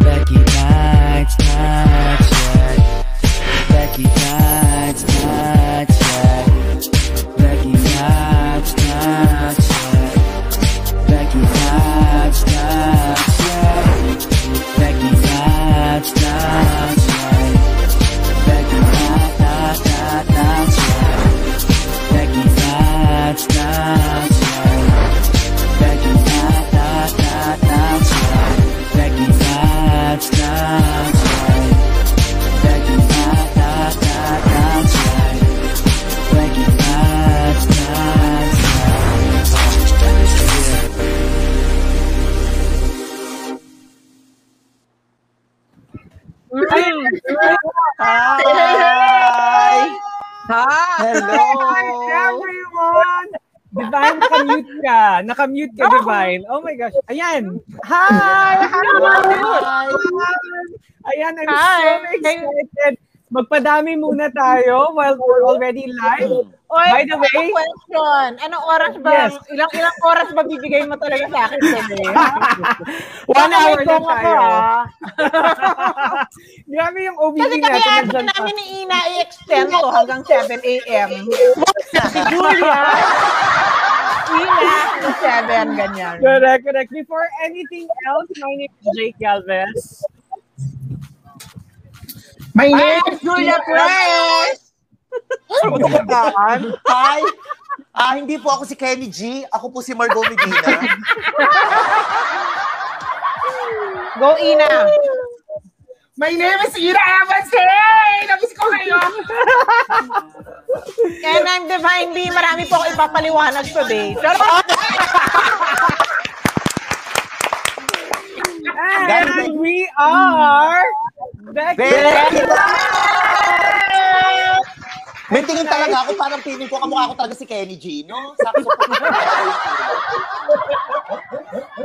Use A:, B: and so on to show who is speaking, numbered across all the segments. A: Becky Nights, Night Chat. Becky Nights, Night Chat. Becky Nights, Night Chat. Becky Nights, Night Chat. Becky Nights, Night Chat. Becky Nights, Night, Night, Night Chat. Becky Nights, Night Chat. Becky Nights, Night, Night, Night Chat. Becky Nights, Night Chat. Becky Nights, Night, Night, Night Chat. Becky Nights, Night Chat.
B: Hi!
C: Hi!
B: Hello!
C: everyone! Divine, nakamute ka. Nakamute ka, Divine. Oh my gosh. Ayan. Hi!
B: Hi!
C: Ayan, I'm
D: Hi.
C: so excited. Magpadami muna tayo while we're already live.
D: Oy,
C: By the way-
D: ako question. Anong oras ba?
C: Yes.
D: Ilang ilang oras ba bibigay mo talaga sa akin today?
C: One
D: Baka may
C: hour na
D: gong ako,
C: tayo.
D: ah.
C: Grabe yung OBD
D: Kasi kami
C: natin.
D: ate
C: nandyan pa.
D: namin ni Ina i-extend to hanggang 7 a.m. si Julia. Ina, 7, ganyan.
C: Correct, correct. Before anything else, my name is Jake Galvez.
B: My
D: Ay,
B: name is
D: Julia Press!
B: Hi! Ah, hindi po ako si Kenny G. Ako po si Margot Medina.
D: Go, Ina.
B: My name is Ira Evans. Hey! Namiss ko kayo.
D: And I'm Divine B. Marami po ako ipapaliwanag today. Charot!
C: And we are Becky.
B: Becky! May tingin talaga ako, parang piling ko, kamukha ako talaga si Kenny G, no? Sakso po.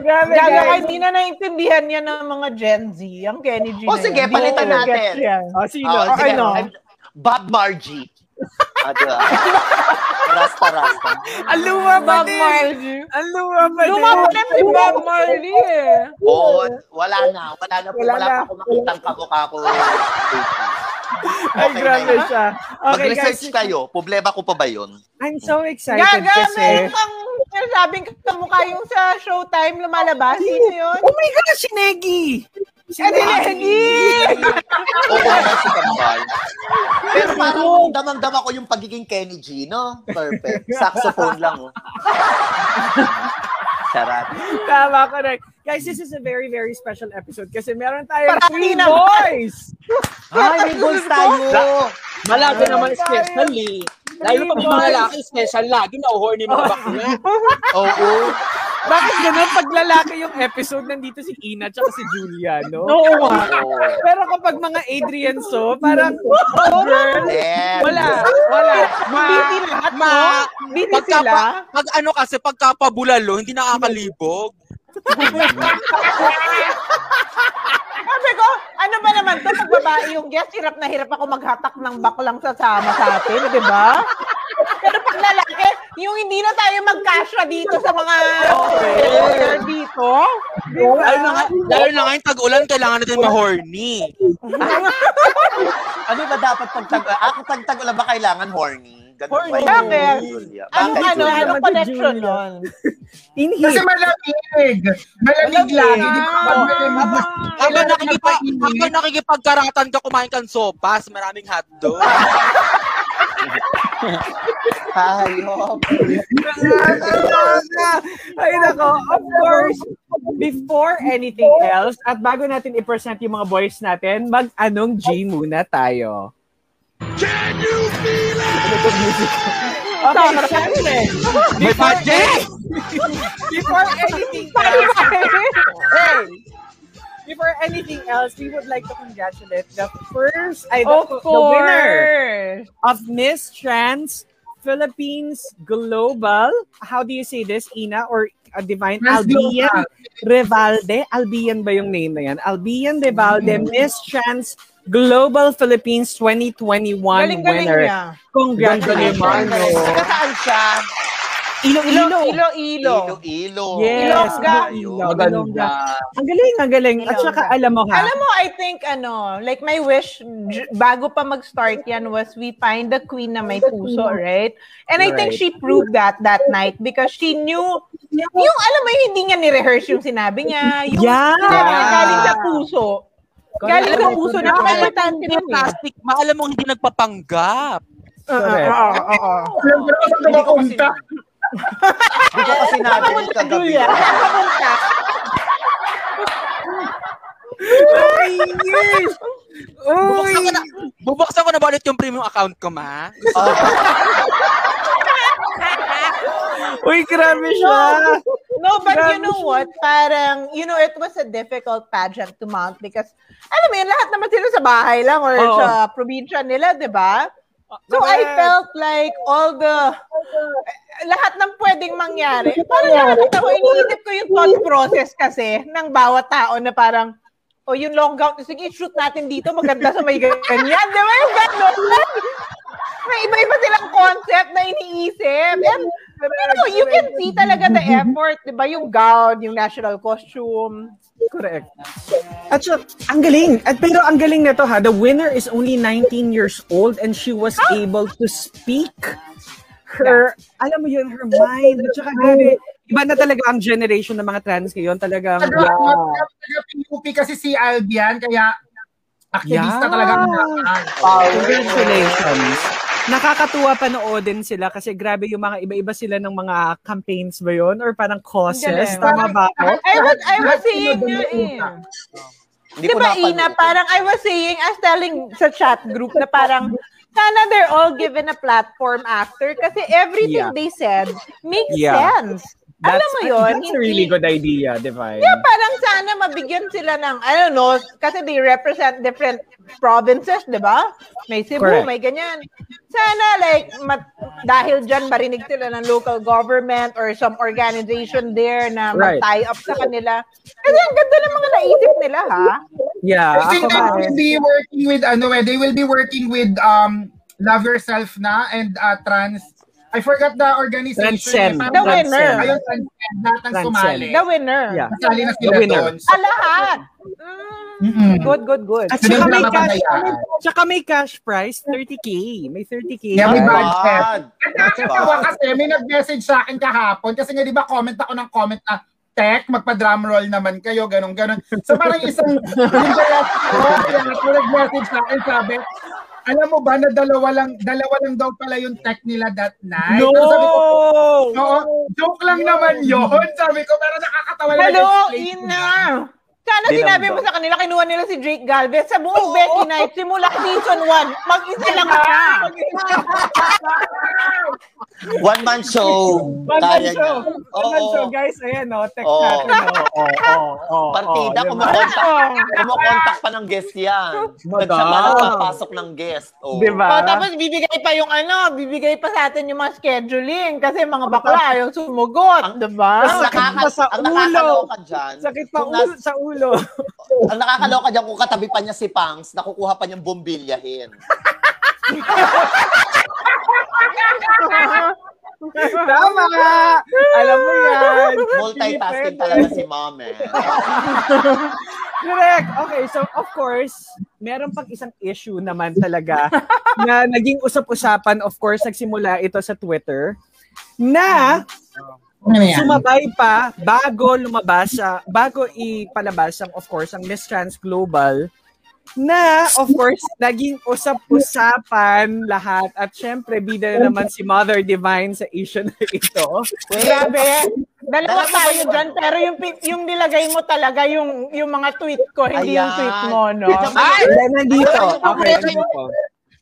C: Grabe,
D: Gaga kayo,
C: guys.
D: hindi na naintindihan niya ng mga Gen Z. Ang Kenny G.
B: O,
D: na
B: sige,
D: yan. Di
B: palitan
D: ko
B: natin.
D: gets yan.
C: Oh, sino?
B: Oh, sige.
C: ano?
B: I'm Bob Margie. Ah, diba? Rasta, rasta.
C: Ang luwa pa
D: Bob
C: din.
D: Marley.
C: Ang luwa pa din.
D: Lumabo na si Bob Marley eh.
B: Oo, wala na. Wala na po.
C: Wala
B: Wala,
C: na.
B: pa ako makitang kamukha ko.
C: Ay,
B: Okay na
C: grabe
B: yun.
C: siya. Okay, guys.
B: Mag-research kayo. Problema ko pa ba yun?
C: I'm so excited
D: Gaga, meron
C: kasi.
D: kang sinasabing kamukha yung sa Showtime lumalabas. Sino yun?
C: Oh my gosh, si Negi! Si
D: Eh, Dinegi!
B: Oo naman si Kambal. Pero parang damang-dama ko yung pagiging Kenny G, no? Perfect. Saxophone lang, oh. Charot.
C: Tama, correct. Guys, this is a very, very special episode kasi meron tayong
D: Parang
C: three
D: hindi na-
C: boys!
B: Ay, may goals tayo.
E: Malagi
C: Ay,
E: naman
C: tayo.
E: special eh. Lalo
C: Three
E: pag mga
C: boys.
E: lalaki special, lagi na oh, horny mga bakla.
B: Oo.
C: Bakit ganun? Pag lalaki yung episode, nandito si Ina tsaka si Julia, no?
D: Oo nga.
B: Oo.
C: Pero kapag mga Adrian so, parang, oh, girl,
B: And-
C: wala, wala. Ma,
D: Biti lahat, ah. no? Biti
E: Pagka
D: sila.
E: pa- pag ano kasi, pagkapabulalo, hindi nakakalibog.
D: Sabi ko, ano ba naman to? Pag babae yung guest, hirap na hirap ako maghatak ng baklang sasama sa atin, di ba? Pero pag lalaki, yung hindi na tayo magkasya dito sa mga okay. dito.
E: Lalo
C: ano,
E: na, nga- lalo na ngayon, tag-ulan, kailangan natin ma-horny.
B: Ano ba dapat pagtag... Ah, pagtag wala ba kailangan horny? Ganun
E: Horny.
B: ba yun?
D: Bakit?
B: Julia.
D: Ano,
B: Bakit,
D: ano,
B: Julia?
D: ano
C: Naman si
D: connection
C: Julia.
D: nun?
C: in
F: Kasi
C: here.
F: malamig. Malamig lang. Hindi
D: Ah.
F: pa
C: Oh,
F: malamig.
E: Habang nakikipa, habang nakikipagkarangatan ka, kumain kang sopas, maraming hotdog.
B: Hayop.
C: Ay, nako. Of course, before anything else, at bago natin i-present yung mga boys natin, mag-anong G muna tayo. Can you feel it? Okay, syempre.
E: May budget!
C: Before anything
D: Sorry,
C: else,
D: sorry.
C: before anything else, we would like to congratulate the first, ay, the,
D: Of
C: the winner
D: course.
C: of Miss Trans Philippines Global. How do you say this, Ina or uh, Divine
F: Trans
C: Albian
F: global.
C: Revalde. Albian ba yung name na yan? Albian Revalde, Miss Chance Global Philippines 2021
D: Galing-galing
C: winner.
D: niya.
C: Congratulations.
B: Taga saan siya?
D: Ilo,
C: Iloilo.
D: ilo, ilo.
B: Iloilo.
C: Yes,
D: Ilongga.
C: Iloilo.
E: Maganda.
C: Ang galing, ang galing. At saka alam mo ha,
D: Alam mo, I think, ano, like my wish, j- bago pa mag-start yan was we find the queen na may puso, right? And I think
C: Right.
D: she proved that that night because she knew, yung, alam mo, yung hindi niya ni-rehearse yung sinabi niya. Yung
C: Yeah.
D: sinabi niya galing sa puso. Galing sa puso na
E: Alam mo,
D: kapatante
E: hindi
D: yun. eh.
E: plastic, maalam mo hindi nagpapanggap.
C: correct.
F: Alam ko na kung saan
B: Hindi ko kasi
F: mapunta.
B: Hindi ko kasi natin kagabi.
D: Julia.
B: ah.
C: Ay, yes! Uy!
E: Bubuksan ko na, bubuksan ko na ba ulit yung premium account ko, ma?
B: Ah,
C: Uy, grabe siya!
D: No, but
C: Grabe
D: you know
C: siya.
D: what? Parang, you know, it was a difficult pageant to mount because, alam mo yun, lahat naman sila sa bahay lang or
C: Oo. Ah,
D: sa probinsya nila, di ba? So I
C: Correct.
D: felt like all the, lahat ng pwedeng mangyari. Parang lahat ng tao, iniisip ko yung thought process kasi ng bawat tao na parang, o yung long gown, sige, shoot natin dito, maganda sa may ganyan, di ba? Yung gano'n. May iba-iba silang concept na iniisip. And, you know, you can see talaga the effort, di ba? Yung gown, yung national costume.
C: Correct. At siya, ang galing. At pero ang galing nito ha, the winner is only 19 years old and she was
D: Ah!
C: able to speak her, alam mo yun, her mind. At saka grabe, iba na talaga ang generation ng mga trans ngayon. Talagang,
F: Taga,
C: wow.
F: taga PUP kasi si Albian, kaya
C: Yeah.
F: aktivista
C: Ah,
F: talaga ang tatay.
B: ah.
C: Congratulations. Nakakatuwa panoodin sila kasi grabe yung mga iba-iba sila ng mga campaigns ba yun? Or parang causes?
D: Ang galing.
C: Tama ba ako?
D: I was, I was
F: Lahat
D: saying nga eh.
F: pinadumuutan.
B: Hindi
D: Di
B: ko
D: ba,
B: napanood.
D: Ina,
C: eh.
D: parang I was saying, I was telling sa chat group na parang, sana they're all given a platform after kasi
C: Yeah.
D: everything they said makes
C: Yeah.
D: sense. Alam mo yun,
C: That's a really
D: hindi-
C: good idea, Divine.
D: Yeah, parang sana mabigyan sila ng, I don't know, kasi they represent different provinces, di ba? May Cebu,
C: Correct.
D: may ganyan. Sana like, ma- dahil dyan marinig sila ng local government or some organization there na
C: Right.
D: mag-tie up sa kanila. Kasi ang ganda ng mga naisip nila, ha?
C: Yeah,
F: I
C: ako
F: think they
C: ba?
F: will be working with, ano eh, they will be working with um Love Yourself na and uh, trans, I forgot the organization.
C: Transcend.
D: The
F: eh, parang-
D: winner.
F: Ayun, transcend. Lahat ng
C: Transcend.
F: sumali.
D: The winner.
C: Yeah.
F: Sali na
C: The
F: sila
C: winner.
F: doon. So,
D: Ah, lahat. Mm,
F: Mm-mm.
D: Good, good, good.
C: At
F: Hindi
C: saka may
F: nila
C: cash,
F: mapabayaan.
C: saka may cash prize, 30k. May 30k.
F: Yeah, may
B: Bad.
F: budget.
B: That's
F: Nakakatawa
B: bad.
F: kasi may nag-message sa akin kahapon kasi nga di ba comment ako ng comment na Tek, magpa-drum roll naman kayo, ganun, ganun. So parang isang, yung kaya ko, nag-message sa akin, sabi, alam mo ba na dalawa lang, dalawa lang daw pala yung tech nila that night?
C: No!
F: Pero Sabi ko, oo, joke lang naman yun, sabi ko, pero nakakatawa na
D: Hello,
F: nag-explain ko.
D: Ina! Sana
B: Di
D: sinabi mo
B: naman.
D: sa kanila, kinuha nila si Drake Galvez sa buong Becky Night, simula season 1, mag-isa lang siya.
B: One man show.
C: One man
B: Kaya
C: show.
B: niya.
C: One man
B: Oo.
C: show, guys. Ayan, no. Text
B: Oo.
C: natin. no. Oo, oo, oo,
B: Partida,
C: oo, diba?
B: kumukontak. Kumukontak pa ng guest yan. Nagsama
C: Madam.
B: na papasok ng guest. Oh.
C: Diba?
D: Oh, tapos bibigay pa yung ano, bibigay pa sa atin yung mga scheduling kasi mga bakla ayaw sumugot,
B: Ang-
D: di
C: Diba?
D: ba?
B: Ang, nakaka-
C: Sa
B: ang
C: ulo.
B: nakakaloka dyan.
C: Sakit pa
B: kung nas-
C: ulo, sa ulo.
B: ang nakakaloka dyan, kung katabi pa niya si Pangs, nakukuha pa niyang bombilyahin.
C: Tama! Alam mo yan.
B: Multitasking
C: Hindi
B: talaga
C: pwede.
B: si Mom eh.
C: Correct. Okay, so of course, meron pang isang issue naman talaga na naging usap-usapan. Of course, nagsimula ito sa Twitter na
F: Ano yan?
C: sumabay pa bago lumabas siya, bago ipalabas ang, of course, ang Miss Trans Global na, of course, naging usap-usapan lahat. At syempre, bida na naman si Mother Divine sa issue na ito.
D: Grabe. Dalawa
B: Dalawa ba
D: tayo
B: yun?
D: dyan, pero yung, pi- yung nilagay mo talaga, yung, yung mga tweet ko, hindi yung
B: Ayan.
D: tweet mo, no?
B: Ito ba-
C: Ayan, nandito. Okay, nandito.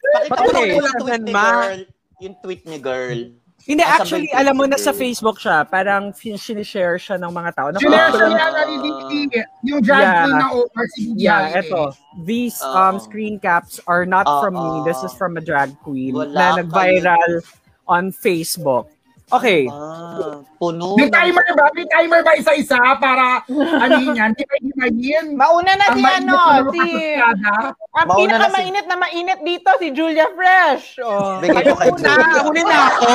B: Pakita mo
C: Okay.
B: yung tweet ni
E: Ma.
B: girl. Yung tweet ni girl.
C: Hindi,
B: Nasa
C: actually,
B: Facebook
C: alam mo,
B: yun.
C: nasa Facebook siya. Parang fin- sinishare siya ng mga tao. Naku-
F: Sinare
B: Ah.
F: siya na ni Vicky, yung drag
C: Yeah.
F: queen na over si Vicky.
C: Yeah, eto. These um,
B: Oo.
C: screen caps are not from me.
B: Oo.
C: This is from a drag queen
B: Wala
C: na nag-viral on Facebook. Okay.
B: Ah, puno.
F: May timer ba? May timer ba isa-isa para ano yun yan? Himay-himayin?
D: Mauna na si
F: mainit
D: ano,
F: na mga
D: si...
F: kasusada?
D: Ang
B: Mauna na
D: pinakamainit na mainit dito, si Julia Fresh. Oh.
B: Bigay ko kay
D: Una,
B: Julia.
D: huli na ako.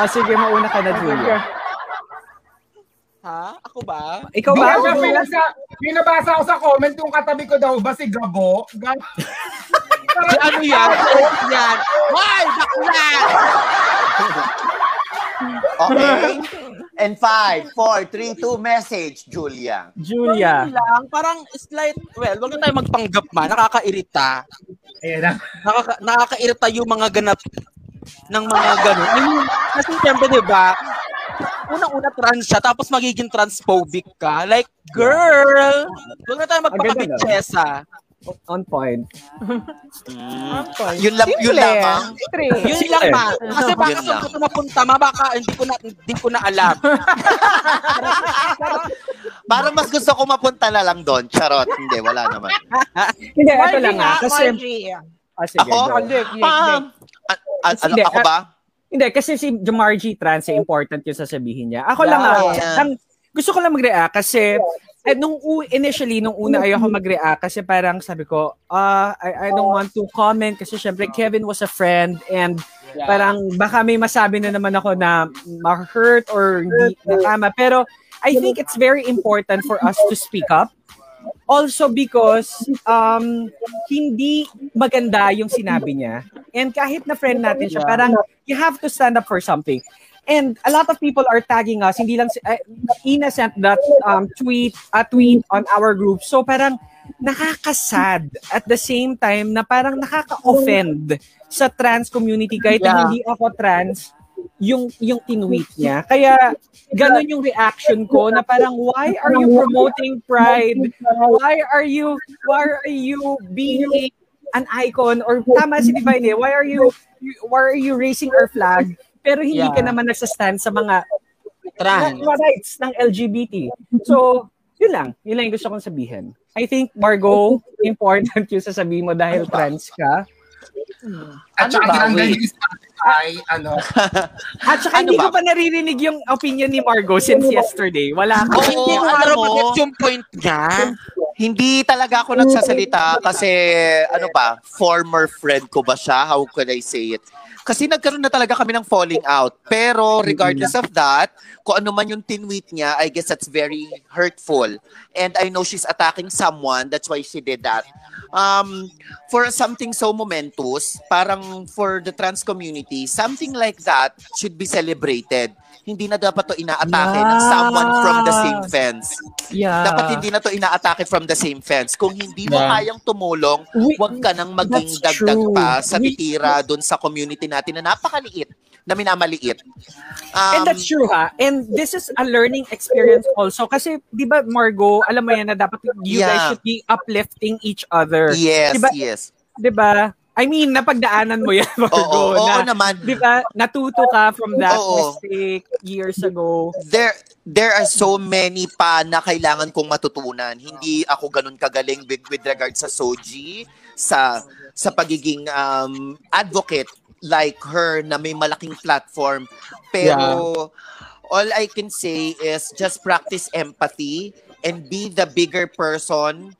C: Ah, sige, mauna ka na, Julia.
E: Ha? Ako ba?
C: Ikaw
F: Di
C: ba?
F: ba, may nasa- may nabasa ako sa comment yung katabi ko daw ba si Gabo? Gabo.
E: Si ano yan? yan. Hoy, bakla!
B: Okay. And five, four, three, two, message, Julia.
C: Julia.
E: Lang, parang slight, well, wag na tayo magpanggap man. Nakakairita.
F: Ayan na.
E: nakaka, nakakairita yung mga ganap ng mga ganun. I mean, kasi siyempre, di ba, unang-una trans siya, tapos magiging transphobic ka. Like, girl, huwag na tayo magpakabitsesa.
C: On point.
B: Yun lang, ah. yun
D: Simple.
B: lamang.
D: Three.
E: Yun
C: Sige.
E: lang, ma. Kasi baka
B: Yun
E: saan
B: lang.
E: ka tumapunta, ma, baka hindi ko na, hindi ko na alam.
B: Parang mas gusto ko mapunta na lang doon. Charot. Hindi, wala naman.
C: Hindi, ito
D: Margie
C: lang
D: nga,
C: ah. Kasi,
D: Margie.
C: ah, sige,
B: Ako?
C: go.
B: Ah, a- a- ano,
C: Hindi,
B: ako
C: ah,
B: ba?
C: Hindi, kasi si Margie Trance, eh, important yung sasabihin niya. Ako lang ah,
B: Yeah.
C: ang- gusto ko lang mag-react kasi eh, nung u- initially, nung una ayoko mag-react kasi parang sabi ko, ah, I, I don't want to comment kasi syempre Kevin was a friend and parang baka may masabi na naman ako na ma-hurt or hindi nakama. Pero I think it's very important for us to speak up. Also because um, hindi maganda yung sinabi niya. And kahit na friend natin siya, parang you have to stand up for something. And a lot of people are tagging us, hindi lang, si- uh, Ina sent that um, tweet, a tweet on our group. So parang nakakasad at the same time na parang nakaka-offend sa trans community kahit na
E: Yeah.
C: hindi ako trans yung yung tinweet niya. Kaya ganun yung reaction ko na parang why are you promoting pride? Why are you why are you being an icon or tama si Divine eh, why are you why are you raising our flag pero hindi ka
E: Yeah.
C: naman nagsastand sa mga
E: Trans.
C: mga rights ng LGBT. So, yun lang. Yun lang yung gusto kong sabihin. I think, Margo, important yung sasabihin mo dahil trans ka. Ano
F: At saka
B: ba,
F: tinanggal
B: wait?
F: yung Spotify, ano.
C: At saka
B: Ano
C: hindi ko
B: ba?
C: pa naririnig yung opinion ni Margo since yesterday.
E: Oh,
C: Wala ka.
B: Oo,
E: hindi ko alam
B: alam mo.
E: yung point niya.
B: Hindi talaga ako nagsasalita kasi ano ba, former friend ko ba siya? How could I say it? Kasi nagkaroon na talaga kami ng falling out. Pero regardless of that, kung ano man yung tinweet niya, I guess that's very hurtful. And I know she's attacking someone, that's why she did that. Um, for something so momentous, parang for the trans community, something like that should be celebrated. Hindi na dapat to inaatake ng someone from the same fence
C: Yeah.
B: dapat hindi na to inaatake from the same fence. Kung hindi mo
F: Yeah.
B: kayang tumulong,
C: We-
B: huwag ka nang maging
C: That's
B: dagdag
C: true.
B: pa sa
C: We-
B: titira doon sa community natin na napakaliit, na minamaliit. Um,
C: And that's true ha. And this is a learning experience also. Kasi, di ba, Margo, alam mo yan na dapat you guys
B: Yeah.
C: should be uplifting each other.
B: Yes,
C: Diba-
B: yes.
C: Di ba? I mean, napagdaanan mo yan, Margo.
B: Oo, oo,
C: na, Diba
B: oo naman.
C: Di ba? Natuto ka from that
B: Oo.
C: mistake years ago.
B: there there are so many pa na kailangan kong matutunan. Hindi ako ganun kagaling with, with regard sa Soji, sa sa pagiging um, advocate like her na may malaking platform. Pero all I can say is just practice empathy and be the bigger person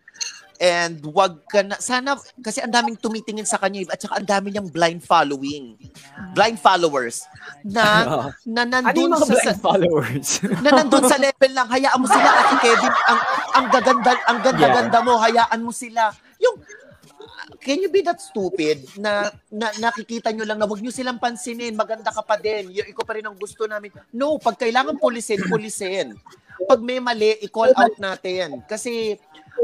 B: and wag ka na, sana, kasi ang daming tumitingin sa kanya eh, at saka ang dami niyang blind following, blind followers na, na
C: Ano yung mga
B: nandun sa, sa,
C: blind followers?
B: na nandun sa level lang, hayaan mo sila Ate Kevin, ang ang gaganda, ang ganda-ganda mo, hayaan mo sila. Yung Can you be that stupid na, na nakikita nyo lang na wag nyo silang pansinin, maganda ka pa din, y- ikaw pa rin ang gusto namin. No, pag kailangan pulisin, pulisin. Pag may mali, i-call out natin. Kasi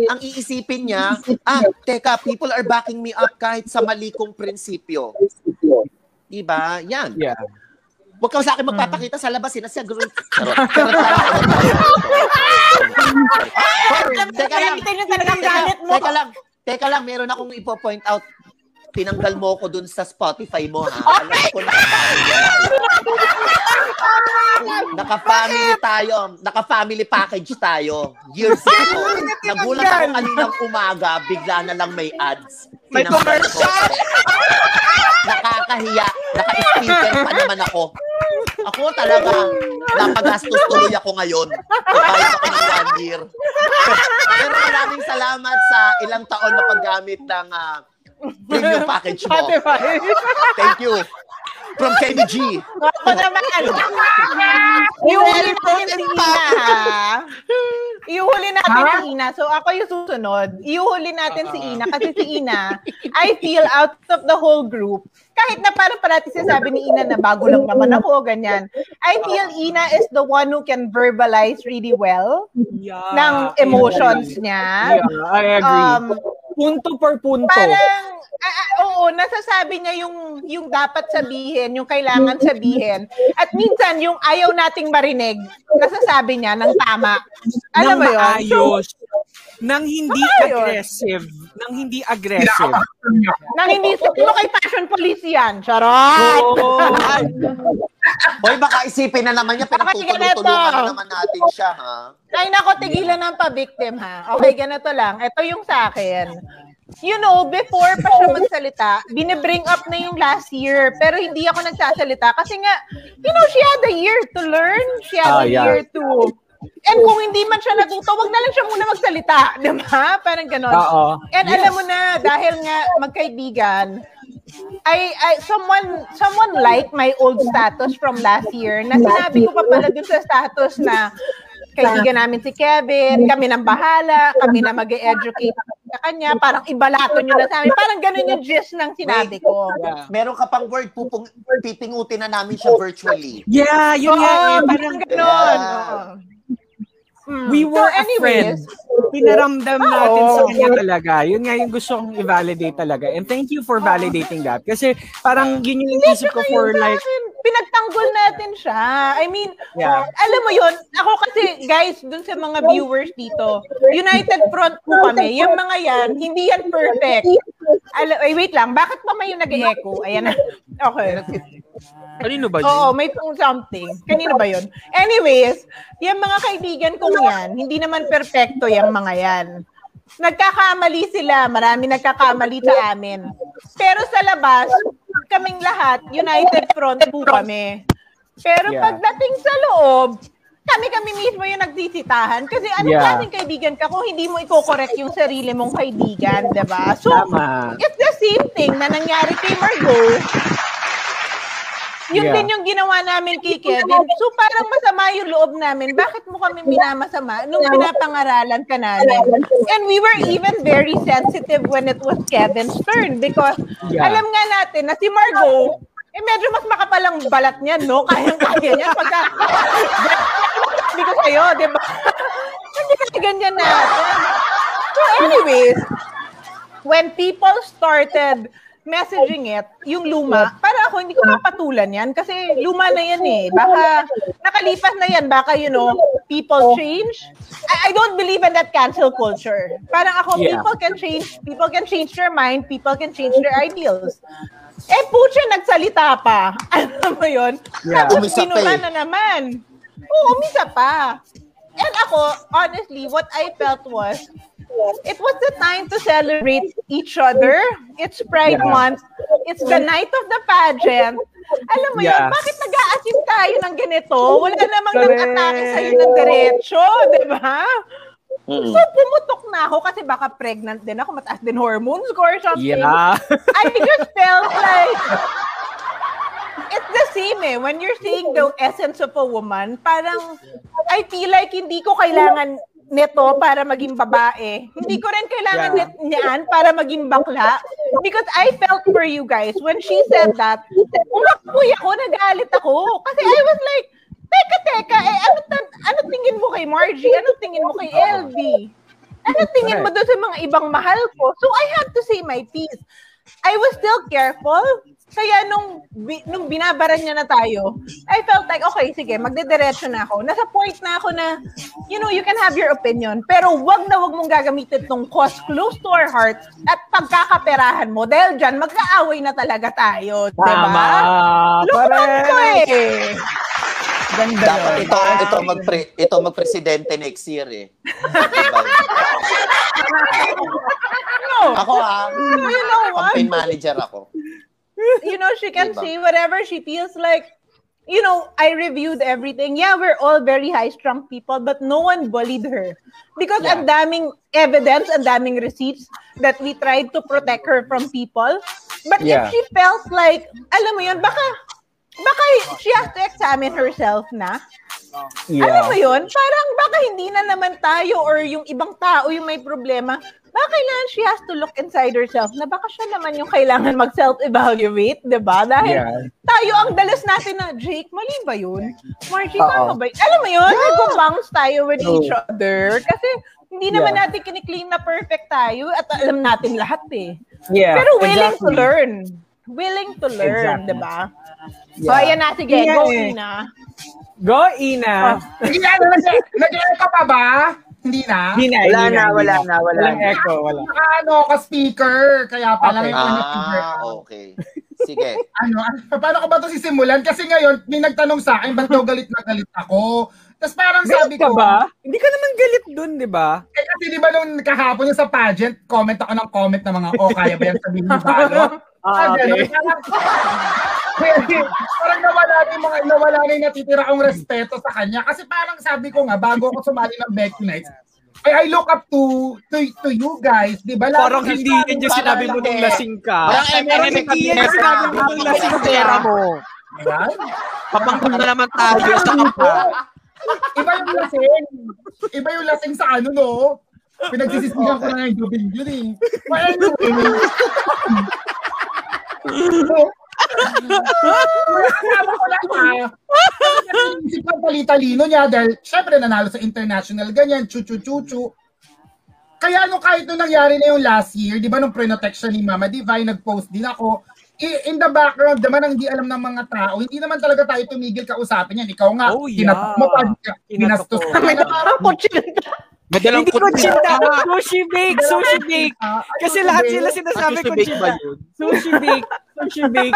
B: ang iisipin niya, ah, teka, people are backing me up kahit sa mali kong prinsipyo. Diba? Yan.
C: Yeah.
B: Huwag ka sa akin magpapakita sa labas, sinasagroon. Charot. Teka lang.
D: Kalimutan niyo talagang
B: Teka lang.
D: galit mo.
B: Teka lang. Teka lang, meron akong ipo-point out. Tinanggal mo ko dun sa Spotify mo, ha? Alam ko na Naka-family tayo. Naka-family package tayo. Years ago. Nagulat ako kaninang umaga, bigla na lang may ads.
E: May
B: Tinanggal ko.
E: commercial!
B: Nakakahiya. Naka-speaker pa naman ako. Ako talaga, napagastos tuloy ako ngayon. Kahit ako ng one year. Pero maraming salamat sa ilang taon na paggamit ng ah, premium package mo.
D: Spotify.
B: Thank you. From KBG.
D: Ako naman. Ihuli natin si Ina. ha? Ihuli natin
F: Ha?
D: si Ina. So ako yung susunod. Ihuli natin si Ina kasi si Ina, I feel out of the whole group. Kahit na parang parati sinasabi ni Ina na bago lang naman ako, ganyan. I feel Ina is the one who can verbalize really well
C: Yeah.
D: ng
B: Ah,
D: emotions niya.
C: Yeah, I agree.
D: Um,
C: punto per punto.
D: Parang, ah, ah, oo, nasasabi niya yung, yung dapat sabihin, yung kailangan sabihin. At minsan, yung ayaw nating marinig, nasasabi niya ng tama.
C: nang
D: Alam mo yun? So,
C: maayos. nang hindi
D: Maayos.
C: aggressive. Nang hindi aggressive.
D: nang hindi, siguro kay Passion Police yan. Charot!
E: Ay,
B: Hoy, baka isipin na naman niya, pinagtutulungan na
D: ganito.
B: naman natin siya, ha?
D: Ay nako, tigilan ng pa-victim ha. Okay, ganito lang. Ito yung sa akin. You know, before pa siya magsalita, binibring up na yung last year. Pero hindi ako nagsasalita kasi nga, you know, she had a year to learn. She had
C: Ah,
D: a
C: yeah.
D: year to... And kung hindi man siya natuto, wag na lang siya muna magsalita. Di ba? Parang ganon.
C: Oo.
D: And alam mo na, dahil nga magkaibigan, I, I, someone, someone liked my old status from last year na sinabi ko pa pala dun sa status na kaibigan namin si Kevin, kami nang bahala, kami na mag educate sa kanya, parang ibalato nyo na sa amin. Parang ganun yung gist ng sinabi ko.
C: eh,
E: yeah.
B: Meron ka pang word, pupung, pipingutin na namin siya virtually.
C: Yeah, yun
D: Oo,
C: nga eh. Parang
D: parang ganun.
B: Yeah.
D: oo. Mm.
C: we were
D: So
C: a friend. Pinaramdam natin sa kanya talaga. Yun nga yung gusto kong i-validate talaga. And thank you for validating that. Kasi parang yun yung
D: Medyo
C: isip ko
D: kayo
C: for
D: sa
C: like,
D: akin, pinagtanggol natin siya. I mean,
C: Yeah.
D: alam mo yun, ako kasi, guys, dun sa mga viewers dito, United Front po kami. Yung mga yan, hindi yan perfect. Alam, ay, wait lang, bakit pa may yung nag-echo? Ayan na. Okay.
E: Kanino ba yun?
D: Oo, may pong something. Kanino ba yun? Anyways, yung mga kaibigan kong yan, hindi naman perfecto yung mga yan. Nagkakamali sila, marami nagkakamali sa amin. Pero sa labas, kaming lahat, United Front po kami. Pero
C: Yeah.
D: pagdating sa loob, kami-kami mismo yung nagsisitahan. Kasi anong
C: Yeah.
D: klaseng kaibigan ka kung hindi mo iko-correct yung sarili mong kaibigan, 'di ba? So,
C: tama.
D: it's the same thing na nangyari kay Margot. Yun
C: Yeah.
D: din yung ginawa namin kay Kevin. So parang masama yung loob namin. Bakit mo kami minamasama nung pinapangaralan ka namin? And we were even very sensitive when it was Kevin's turn because
C: Yeah.
D: alam nga natin na si Margot, eh medyo mas makapalang balat niya, no? Kayang-kaya niya. Pagka, sabi ko sa'yo, di ba? Hindi kasi ganyan natin. So anyways, when people started messaging it, yung luma, para ako hindi ko mapatulan yan kasi luma na yan eh. Baka nakalipas na yan, baka you know,
B: Oh.
D: people change. I, I don't believe in that cancel culture. Parang ako,
C: Yeah.
D: people can change, people can change their mind, people can change their ideals. Eh, putya, nagsalita pa. Alam mo yun?
C: Yeah.
D: Tapos
B: Umisa pa
D: binura
B: eh.
D: na naman. Oo, umisa pa. And ako, honestly, what I felt was, it was the time to celebrate each other. It's Pride
C: Yeah.
D: Month. It's the night of the pageant. Alam mo
C: Yeah.
D: yun, bakit nag a tayo ng ganito? Wala namang
C: Correct.
D: nang atake sa'yo ng diretsyo, di ba? So, pumutok na ako kasi baka pregnant din ako, mataas din hormones ko or something.
C: Yeah.
D: I just felt like it's the same eh. When you're seeing the essence of a woman, parang I feel like hindi ko kailangan nito para maging babae. Hindi ko rin kailangan
C: Yeah.
D: nit- niyan para maging bakla. Because I felt for you guys when she said that. Umakoy ako, nagalit ako. Kasi I was like, teka, teka, eh, ano, tan- ano tingin mo kay Margie? Ano tingin mo kay LB? Ano tingin mo doon sa mga ibang mahal ko? So I had to say my piece. I was still careful. Kaya nung, bi- nung binabaran niya na tayo, I felt like, okay, sige, magdediretso na ako. Nasa point na ako na, you know, you can have your opinion, pero wag na wag mong gagamitin tong cause close to our heart at pagkakaperahan mo dahil dyan, magkaaway na talaga tayo.
C: Tama.
D: Diba? Lukuhan ko
C: Correct.
D: eh.
C: Ganda
B: Dapat
C: yun.
B: ito, ito, magpre, ito magpresidente next year eh. Diba?
D: Ano?
B: Ako ha,
D: You know what?
B: campaign manager ako.
D: You know, she can
B: Diba?
D: say whatever she feels like. you know, I reviewed everything. Yeah, we're all very high-strung people, but no one bullied her. Because ang daming evidence, ang daming receipts that we tried to protect her from people. But
C: Yeah.
D: if she felt like, alam mo yun, baka, baka she has to examine herself na. Alam mo
C: Yeah.
D: yun, parang baka hindi na naman tayo or yung ibang tao yung may problema. Baka kailangan she has to look inside herself na baka siya naman yung kailangan mag-self-evaluate, di ba? Dahil
C: Yeah.
D: tayo ang dalas natin na, Jake, mali ba yun? Margie,
C: Oo.
D: tama ba yun? Alam mo yun, nag-bounce tayo with
C: True.
D: each other. Kasi hindi naman
C: Yeah.
D: natin kiniklaim na perfect tayo at alam natin lahat eh.
C: Yeah.
D: Pero willing to
C: exactly.
D: learn. Willing to learn,
C: Exactly.
D: di ba? So,
C: Yeah.
D: ayan na, sige,
C: Yeah,
D: go
C: eh.
D: na.
C: Go, Ina.
F: Hindi na, nag- nag-air ka pa ba? Hindi na?
C: Hindi Ah. na,
G: Wala
C: hindi
G: na,
C: hindi
G: wala na, wala
C: Walang
G: na.
C: echo, wala.
F: Saka ano, ka speaker. Kaya pala
C: Okay.
F: may pinag-speaker.
B: Ah,
D: oh.
B: okay. Sige.
F: ano, ano, paano ko ba ito sisimulan? Kasi ngayon, may nagtanong sa akin, ba't daw galit na galit ako? Tapos parang
C: Galit
F: sabi
C: ka
F: ko,
C: ba? Hindi ka naman galit dun, di ba?
F: eh kasi di ba nung kahapon yung sa pageant, comment ako ng comment ng mga, oh, kaya ba ano?" yan sabihin ni Balo?
C: Ah, okay.
F: Parang, parang nawala na yung mga, nawala na yung natitira akong respeto sa kanya. Kasi parang sabi ko nga, bago ako sumali ng Becky Nights, I, I look up to to, to you guys, di ba? Lalo
C: Parang
F: na-
C: hindi yan yung sinabi mo nung lasing ka.
B: Parang
C: Parang hindi yan yung sinabi mo nung lasing
E: pera
C: ka.
E: mo.
F: Di ba?
E: Papanggap na naman tayo sa kapwa.
F: Iba yung lasing. Iba yung lasing sa ano, no? Pinagsisisihan ko na nga yung gabing yun eh. Well, anyway. so, Nakakatawa ko lang ha. Isip ang talitalino niya dahil syempre nanalo sa international ganyan, chu-chu-chu-chu. Kaya nung kahit nung nangyari na yung last year, di ba nung pre-protection ni Mama Divine, nag-post din ako, i- in the background naman ang hindi alam ng mga tao, hindi naman talaga tayo tumigil kausapin yan. Ikaw nga,
C: Oh, yeah.
F: kinatok mo pa,
C: Kinatok.
F: ginastos mo pa.
E: Madalang
C: Hindi ko
E: kutsinta.
C: chinta. Sushi bake, sushi bake.
F: Ah, ano
C: Kasi
F: ba
C: lahat
F: yun?
C: sila sinasabi
E: At
C: ko
E: sushi bake ba
C: chinta.
E: yun?
C: Sushi bake, sushi bake.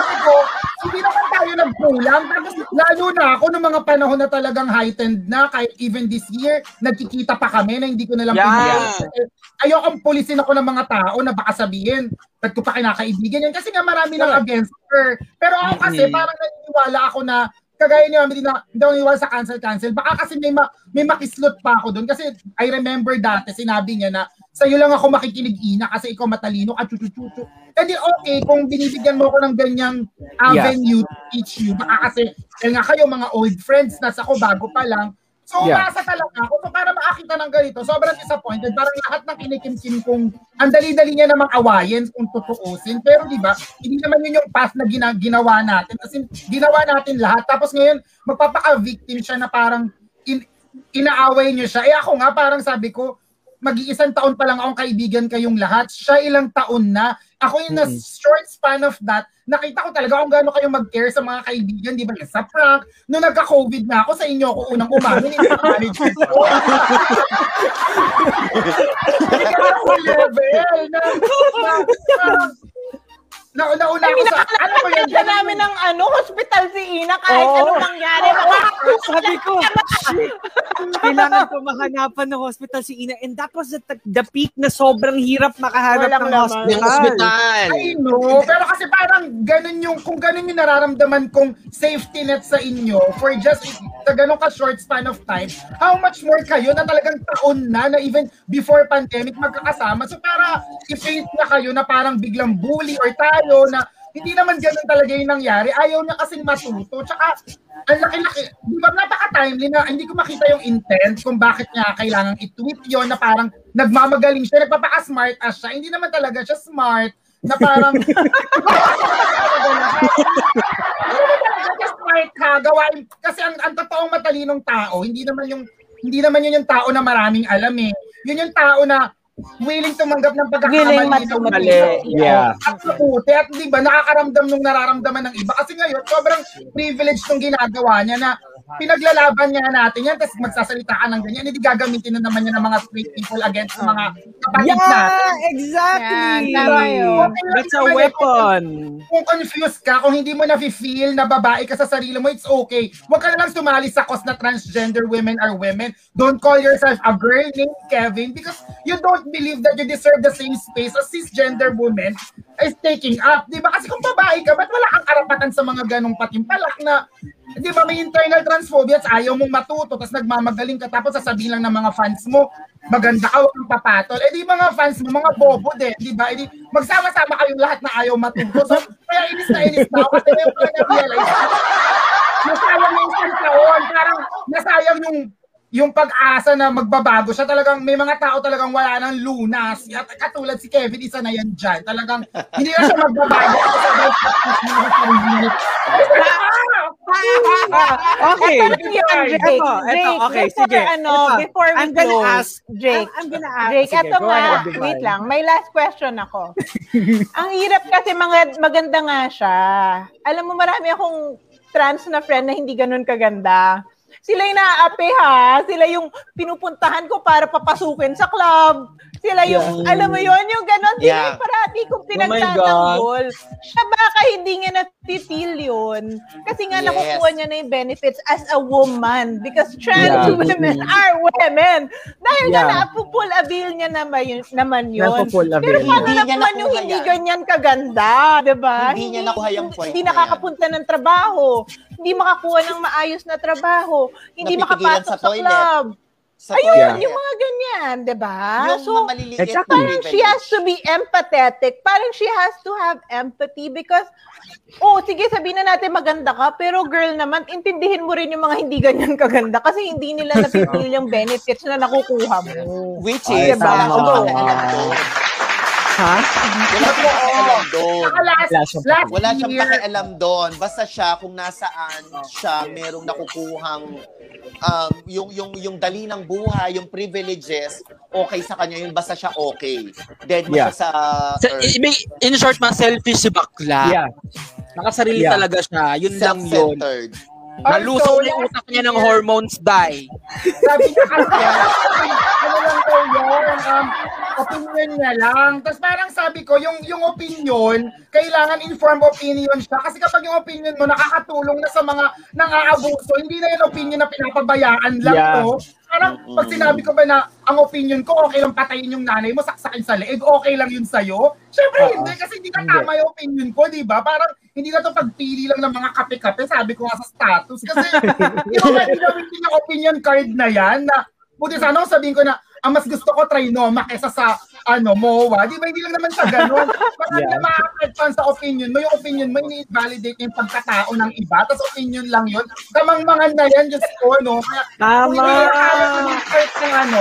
F: Sabi ko, hindi naman tayo nagkulang. Tapos lalo na ako nung mga panahon na talagang heightened na, kahit even this year, nagkikita pa kami na hindi ko nalang
E: Yeah.
F: pinili. Ayokong pulisin ako ng mga tao na baka sabihin, ba't ko pa kinakaibigan yan? Kasi nga marami nang against her. Pero ako kasi
E: Mhm.
F: parang naniniwala ako na kagaya ni Mami, na hindi ako naniniwala sa cancel-cancel. Baka kasi may, ma- may makislot pa ako doon. Kasi I remember dati, sinabi niya na, sa'yo lang ako makikinig, Ina, kasi ikaw matalino ka, chuchuchuchu. Eh di okay kung binibigyan mo ako ng ganyang avenue to teach you. Baka kasi, dahil nga kayo mga old friends, nasa ko bago pa lang. So,
C: Yeah.
F: umasa talaga ako. So, para makakita ng ganito, sobrang disappointed. Parang lahat ng kinikimkim kong, ang dali-dali niya namang awayin kung tutuusin. Pero di ba, hindi naman yun yung path na gina- ginawa natin. Kasi ginawa natin lahat. Tapos ngayon, magpapaka-victim siya na parang in- inaaway niyo siya. Eh ako nga, parang sabi ko, mag-iisang taon pa lang akong kaibigan kayong lahat. Siya ilang taon na. Ako in a short span of that, nakita ko talaga kung gaano kayo mag-care sa mga kaibigan, di ba? Sa prank, nung nagka-COVID na ako, sa inyo ako unang umamin, hindi ko management ko. level na, na, na, na, nauna
D: Ay,
F: ako sa, ano ko yun?
D: Pinakakatid na namin ng ano, hospital si Ina kahit
C: Oo.
D: anong nangyari.
C: Sabi ko, shit. Kailangan ko mahanapan ng hospital si Ina. And that was the, the peak na sobrang hirap makahanap
D: Walang
C: ng
D: laman.
E: Yung
C: hospital.
E: ospital.
F: I know, pero kasi parang ganun yung, kung ganun yung nararamdaman kong safety net sa inyo for just sa ganun ka short span of time, how much more kayo na talagang taon na, na even before pandemic magkakasama. So para i-paint na kayo na parang biglang bully or tayo na hindi naman ganun talaga yung nangyari. Ayaw niya kasing matuto. Tsaka, ang laki-laki. Di ba napaka-timely na hindi ko makita yung intent kung bakit niya kailangan i-tweet yun na parang nagmamagaling siya, nagpapaka-smart as siya. Hindi naman talaga siya smart na parang smart ka, gawain. Kasi ang, ang totoong matalinong tao, hindi naman yung hindi naman yun yung tao na maraming alam eh. Yun yung tao na willing tumanggap ng pagkakamali.
D: Willing
F: ng
D: matumali.
F: mali.
C: Yeah.
F: At mabuti. At di ba, nakakaramdam nung nararamdaman ng iba. Kasi ngayon, sobrang privilege nung ginagawa niya na Pinaglalaban nga natin yan, tapos magsasalita ka ng ganyan, hindi gagamitin na naman yan ng mga straight people against mga kapatid natin.
C: Yeah, exactly.
D: Yan, tama yun.
C: That's a weapon.
F: Kung confused ka, kung hindi mo na-feel na babae ka sa sarili mo, it's okay. Huwag ka na lang sumali sa cause na transgender women are women. Don't call yourself a girl named Kevin because you don't believe that you deserve the same space as cisgender women is taking up. Di ba? Kasi kung babae ka, ba't wala kang karapatan sa mga ganong patimpalak na di ba may internal transphobia at ayaw mong matuto tapos nagmamagaling ka tapos sasabihin lang ng mga fans mo maganda ka, huwag kang papatol. Eh di mga fans mo, mga bobo din, di ba? Eh di, magsama-sama kayong lahat na ayaw matuto. So, kaya inis na inis na ako kasi may mga na-realize. Nasayang na yung pantaon, parang nasayang yung yung pag-asa na magbabago siya talagang may mga tao talagang wala nang lunas at katulad si Kevin isa na yan dyan talagang hindi na siya magbabago
C: Okay.
D: Eto lang Eh, yun, Jake.
C: Eto, eto,
D: Jake,
C: okay,
D: before,
C: sige.
D: ano,
C: Eto,
D: before we
C: I'm gonna
D: close,
C: ask,
D: Jake,
C: I'm- I'm gonna ask-
D: Jake,
C: sige,
D: eto
C: go
D: nga,
C: ahead, Divine.
D: wait lang, may last question ako. Ang hirap kasi mga, maganda nga siya. Alam mo, marami akong trans na friend na hindi ganun kaganda. Sila yung naaapi ha. Sila yung pinupuntahan ko para papasukin sa club. Sila yung,
E: Yeah.
D: alam mo yon yung ganun. Sila
B: Yeah.
D: yung parati kong pinagtatanggol. Siya baka hindi niya natitil yun. Kasi nga
B: Yes.
D: nakukuha niya na yung benefits as a woman because trans
C: Yeah.
D: women
B: Mm-hmm.
D: are women. Dahil
C: Yeah.
D: nga na-pull avail niya naman yun. Naman yun.
C: Napapul
D: Pero
C: avail.
D: paano
B: Hindi
D: na
B: niya
D: naman yung
B: nakuha
D: hindi
B: yan.
D: ganyan kaganda, di ba?
B: Hindi niya nakuha yung point
D: Hindi
B: na yan.
D: nakakapunta ng trabaho. Hindi makakuha ng maayos na trabaho. Hindi
B: Napipigilan
D: makapasok
B: sa
D: sa,
B: toilet.
D: club.
B: Sa
D: Ayun,
C: Yeah.
D: yung mga ganyan, di ba? Ah,
B: yung
D: So,
B: mga maliliit
C: Exactly.
B: na
D: parang she has to be empathetic. Parang she has to have empathy because, oh, sige, sabihin na natin maganda ka, pero girl naman, intindihin mo rin yung mga hindi ganyan kaganda kasi hindi nila napipil yung benefits na nakukuha mo.
B: Which
C: Ay,
B: is, wala
D: tama.
B: akong pakialam doon.
C: Ha?
B: Wala akong pakialam doon.
F: Saka last,
C: Wala siyang
F: last
B: Wala siyang
F: year,
B: pakialam doon. Basta siya kung nasaan siya merong nakukuhang um, yung yung yung dali ng buhay, yung privileges, okay sa kanya yun basta siya okay. Dead mo
C: Yeah.
B: siya sa
E: Sa,
B: earth.
E: i- may- in short, mga selfish si bakla.
C: Yeah.
E: Nakasarili
C: Yeah.
E: talaga siya. Yun lang yun.
B: Self-centered.
E: Nalusaw
F: Also,
E: na yung
F: last
E: utak niya ng
F: year-
E: hormones, die.
F: Sabi niya kasi, ano lang daw yun, um, opinion niya lang. Tapos parang sabi ko, yung, yung opinion, kailangan informed opinion siya. Kasi kapag yung opinion mo nakakatulong na sa mga nang-aabuso, hindi na yung opinion na pinapabayaan lang
C: Yeah.
F: to. Parang pag sinabi ko ba na ang opinion ko, okay lang patayin yung nanay mo, saksakin sa leeg, okay lang yun sa'yo? Siyempre hindi, kasi hindi na tama yung opinion ko, di ba? Parang hindi na to pagpili lang ng mga kape-kape, sabi ko nga sa status. Kasi di ba pwede gamitin yung opinion card na yan na buti sana ako sabihin ko na ang mas gusto ko trinoma kesa sa ano, MOA. Di ba? Hindi lang naman sa ganun. Parang
C: Yeah.
F: yeah. ma-affectan sa opinion mo. Yung opinion mo, ini-validate yung pagkatao ng iba. Tapos opinion lang yun. Kamangmangan na yan, Diyos ko, no? Kaya
C: Tama.
F: kung hindi nila kaya maging part ng ano,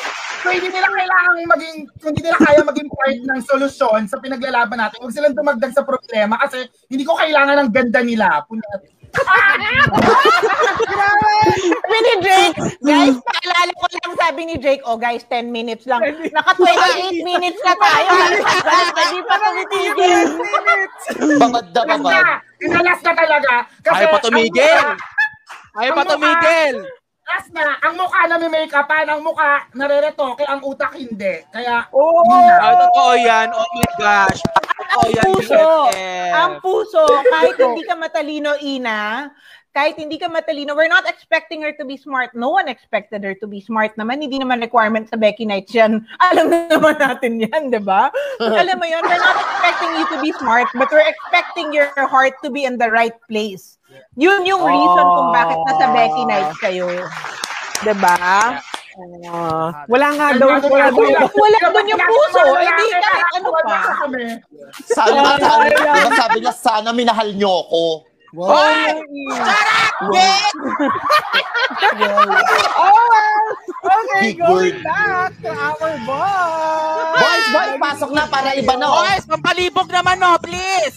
F: kung hindi nila kailangan maging, kung hindi nila kaya maging part ng solusyon sa pinaglalaban natin, huwag silang dumagdag sa problema kasi hindi ko kailangan ng ganda nila. Punat.
D: Ah, Sabi ni Jake, guys, paalala ko lang sabi ni Jake, oh guys, 10 minutes lang. Naka 28 minutes na tayo. Hindi pa tumitigil.
B: Babad na
F: Alas
B: babad.
F: na! Inalas na talaga! Kasi
E: Ayaw pa tumigil!
F: ang
E: Ayaw pa
F: mukha- Ang mukha-
E: tumigil!
F: Alas na! Ang mukha na may make-upan, ang mukha nareretoke, ang utak hindi. Kaya,
D: Oo.
E: Ah, totoo yan. Oh my gosh. Totoo yan.
D: puso.
E: BFF.
D: Ang puso, kahit hindi ka matalino, Ina, kahit hindi ka matalino, we're not expecting her to be smart. No one expected her to be smart naman. Hindi naman requirement sa Becky Knights yan. Alam na naman natin yan, di ba? Alam mo yun, we're not expecting you to be smart, but we're expecting your heart to be in the right place. Yun yung
C: Oh.
D: reason kung bakit nasa Becky Knights kayo. Di
C: Diba?
D: ba?
C: Ah, wala nga daw. Wala daw.
D: Wala doon yung puso. Hindi, kahit ano pa.
B: Sana, sana, di ba sabi niya, sana minahal niyo ako.
E: Hoy!
D: Oh, well. Okay,
B: Big
D: going
B: word.
D: back to our boss.
B: Boys, boys, pasok na para iba na. Oh.
E: Boys, pampalibog naman, no, please!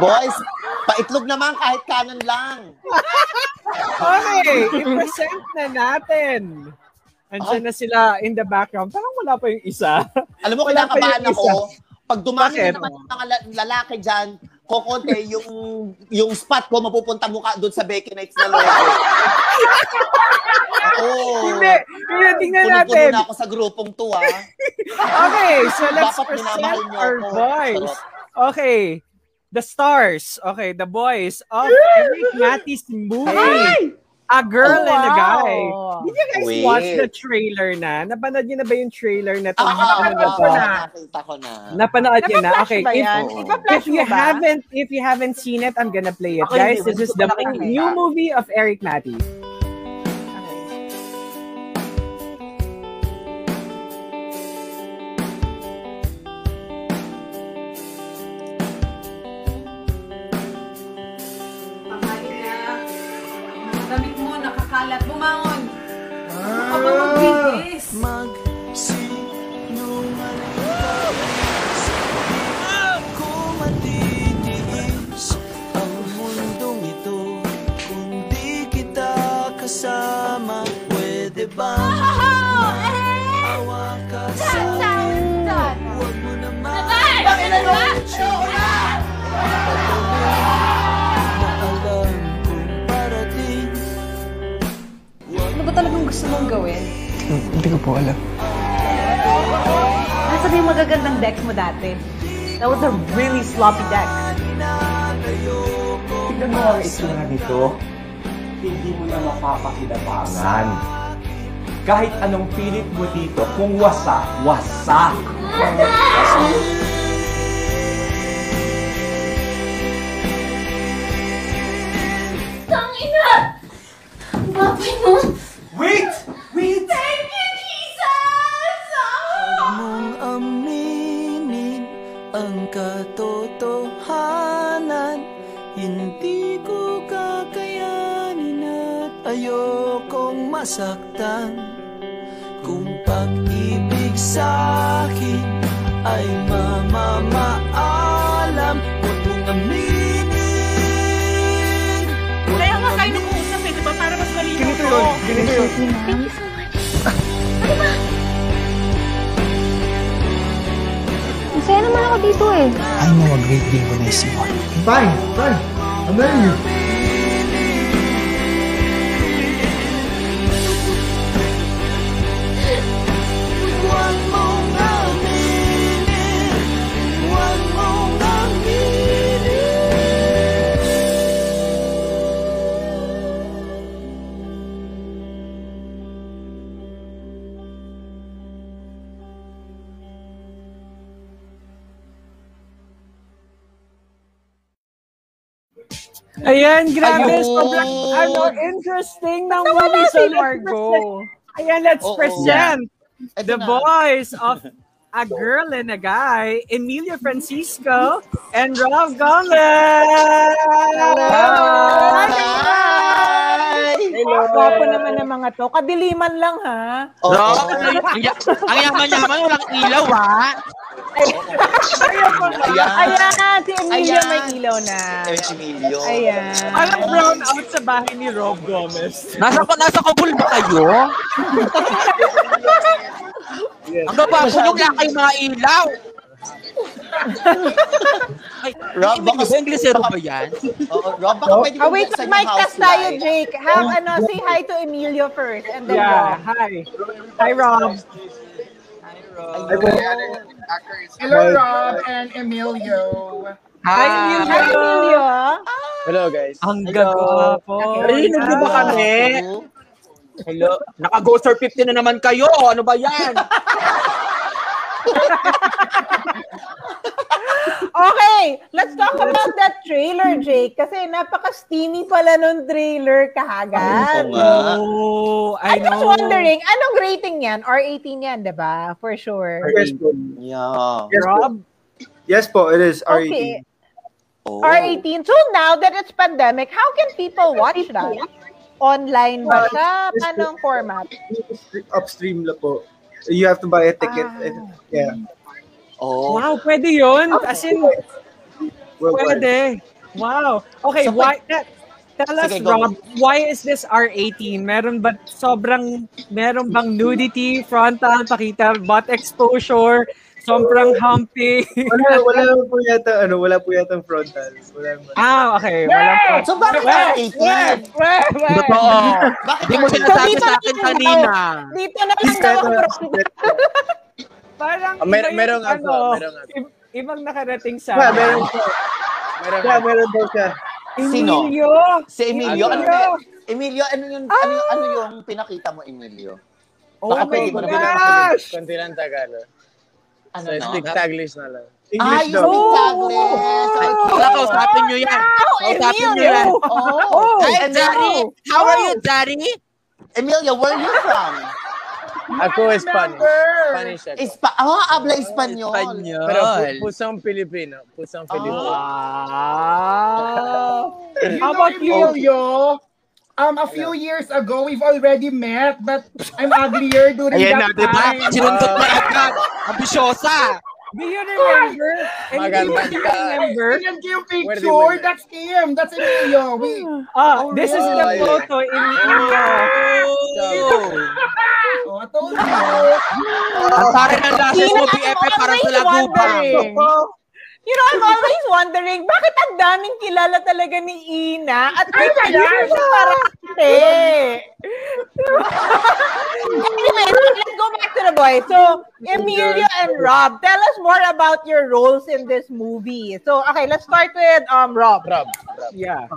B: Boys, paitlog naman kahit kanan lang.
C: Okay, i-present na natin. Andiyan na sila in the background. Parang wala pa yung isa.
B: Alam mo,
C: Wala pa
B: kinakabahan
C: yung isa.
B: ako. Pag dumating
C: Bakit?
B: na naman yung mga la- lalaki dyan, kokote yung yung spot ko mapupunta mukha doon sa Becky Nights na logo. Ako.
C: Hindi, hindi, tingnan
B: Puno-puno
C: natin.
B: na ako sa grupong to ah.
C: Okay, so let's
B: Dapat minamahal
C: present
B: niyo
C: our
B: ako.
C: boys.
B: Charot.
C: Okay, the stars. Okay, the boys of Eric Mattis movie. A girl and a guy. Did you guys
B: Wait.
C: watch the trailer na? Napanood niyo na ba yung trailer na to?
B: Ah,
C: Hindi ko
B: ah,
C: napanood
B: ah,
C: to.
B: nakita ko na.
C: Napanood niyo na?
D: Napa-flash
C: Okay,
D: ba
C: if,
D: yan?
B: Oo.
D: Ipa-flash
C: if you
D: mo ba?
C: haven't if you haven't seen it, I'm gonna play it.
E: Ako
C: Guys,
E: hindi,
C: this is
E: gusto ko
C: the
E: lang
D: nakita.
C: new movie of Eric Mattis.
G: Pakali na. Ang damit mo, nakakalat. Bumangon. Huwag kang
F: Ah,
G: magbihis. Ano ba talagang gusto mong gawin? Hindi ko po alam. Nasa yung magagandang deck mo dati? That was a really sloppy deck.
H: hindi mo na mapapakinabangan. Kahit anong pilit mo dito, kung wasa, wasa.
I: Tang ina! Ang Baboy mo!
H: Wait! Wait!
I: Thank you, Jesus!
A: mong aminin ang katotohanan Hindi ko kakayanin at ayokong masaktan Kung pag-ibig sa'kin ay mamamaalam Huwag mong aminin
D: Kaya nga kayo nag-uusap eh, di ba? Para mas malinaw
F: Ganito yun. Ganito yun.
I: Thank you so much. Ano ba? Masaya naman ako dito eh.
F: Fine, fine. I'm letting you.
A: Huwag mong aminin Huwag mong aminin
C: Ayan, grabe.
B: Ayun.
C: Sobrang ano, interesting ng movie
D: wala
C: sa
D: sila.
C: Margo. Ayan, let's
B: Oo.
C: present
B: Eto
C: the
B: na.
C: voice of a girl and a guy, Emilio Francisco and Rob Gomez.
B: Hi!
D: Hello. Gwapo naman ng mga to. Kadiliman lang ha.
B: Oo.
E: No? Oh, Ang ya- ang yaman-yaman, walang ilaw ah.
B: Ayan.
D: Ayan, si Emilio
B: Ayan.
D: may ilaw na.
B: Ayan, Emilio.
D: Ayan.
C: Parang brown out sa bahay ni Rob Gomez.
E: Nasa, nasa kabul ba kayo? Ang baba, puno na kayo mga ilaw. Ay,
B: Rob,
E: Rob, baka
B: baka-
E: ba Inglesero eh, ano ba yan?
B: Oo, Rob, baka pwede
D: Oh,
B: mo
D: wait,
B: buksan yung
D: mic
B: house Oh.
D: test tayo,
B: light.
D: Jake. Have, ano, say hi to Emilio first, and then
C: Yeah,
D: go.
C: hi. Hi, Rob.
F: Hello, Rob and Emilio.
C: Hi,
E: Ah,
C: Emilio.
D: Hi, Emilio.
E: Ang gago. Ay, nandun ba kami? Hello? Naka-Ghoster 50 na naman kayo. Ano ba yan?
D: Okay, let's talk about that trailer, Jake. Kasi napaka-steamy pala nung trailer
B: Oo
D: kahagad.
B: nga.
C: Oh, I
D: I'm just
C: know.
D: wondering, anong rating yan? R18 yan, di ba? For sure.
J: Yes po.
B: Yeah.
J: Yes po.
C: Rob?
J: Yes po, it is E R18.
D: Okay.
B: Oh.
D: R18. So now that it's pandemic, how can people watch that? Online ba siya? Anong format?
J: Upstream lang po. You have to buy a ticket.
D: Ah.
J: Yeah.
B: Oh.
C: Wow, pwede yun. As in,
J: Worldwide.
C: Pwede. Wow. Okay,
B: So,
C: why that, tell us
B: Sige, go.
C: Rob, why is this R18? Meron ba sobrang meron bang nudity, frontal, pakita, butt exposure,
E: Sobrang humpy.
J: Wala, wala po yata, ano, wala po yata ang frontal. Wala naman.
E: Ah, okay. Walang
B: Oh. So, bakit
E: Weh!
B: ka 18?
E: Totoo.
B: Bakit
E: Hindi mo
B: ka
E: sinasabi
D: dito
E: sa
D: na
E: akin
D: lang
E: kanina.
D: daw. Dito na lang daw ang problem.
E: Parang
J: Ah, mer- iba yung merong ano, ako, merong ako.
E: Ibang nakarating sa
J: Wala, meron siya. Wala, meron daw siya.
B: Sino? Si Emilio? Ano,
E: Emilio.
B: yun? Emilio, ano yung, ano, yung-
D: Ah.
B: ano yung pinakita mo, Emilio?
E: my
B: Baka pwede ko na
E: God.
B: pinakita.
K: Kunti lang Tagalog.
B: Ano
K: So,
B: na?
K: speak Taglish na lang.
B: Ay,
J: English
B: Ah, yung
J: daw.
D: Oh.
B: Taglish! Ay,
E: Wala, kausapin nyo yan. Kausapin nyo yan.
B: Oh,
E: Hi,
B: and
E: Daddy.
B: now,
E: How are you, Daddy?
B: Emilio, where are you from?
K: Ako, Spanish. Spanish ako.
B: Ispa ah, habla Espanyol.
E: Espanyol.
K: Pero pu- pusong Pilipino. Pusong
D: Ah.
K: Pilipino.
E: Ah.
F: How about you, yo? Um, a few years ago, we've already met, but I'm uglier during
J: Ayan na,
F: that
J: diba?
F: time.
E: Sinundot na agad. Ambisyosa.
C: Do you remember?
K: Maganda.
F: Sinend ko yung
K: Where do we
F: picture.
K: met?
F: That's him. That's Emilio. We,
C: Ah, this is the
K: Oh, yeah.
C: photo in
F: oh, I told you.
E: Ang pare ng lashes mo,
D: Sino-
E: BFF,
D: I'm
E: parang sa
D: always
E: lagubang.
D: wondering. You know, I'm always wondering, bakit ang daming kilala talaga ni Ina at may kilala siya parate. anyway, so let's go back to the boy. So, Emilio and Rob, tell us more about your roles in this movie. So, okay, let's start with um Rob.
K: Rob. Rob.
E: Yeah.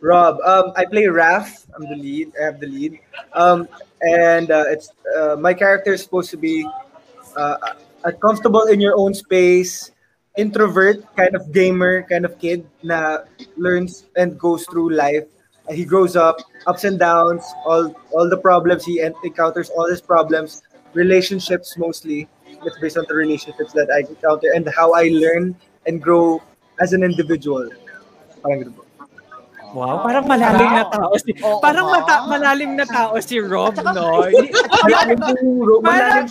J: Rob. Um, I play Raph. I'm the lead. I have the lead. Um, and uh, it's uh, my character is supposed to be uh, uh, comfortable in your own space, introvert, kind of gamer, kind of kid na learns and goes through life. Uh, he grows up, ups and downs, all all the problems he en- encounters, all his problems, relationships mostly. It's based on the relationships that I encounter and how I learn and grow as an individual. Parang ganun po.
C: Wow, parang malalim na tao si
B: Oo
C: Parang
B: nga.
C: mata- malalim na tao si Rob,
B: At saka-
C: no?
J: Malalim yung
B: Oo,
J: ro- malalim, malalim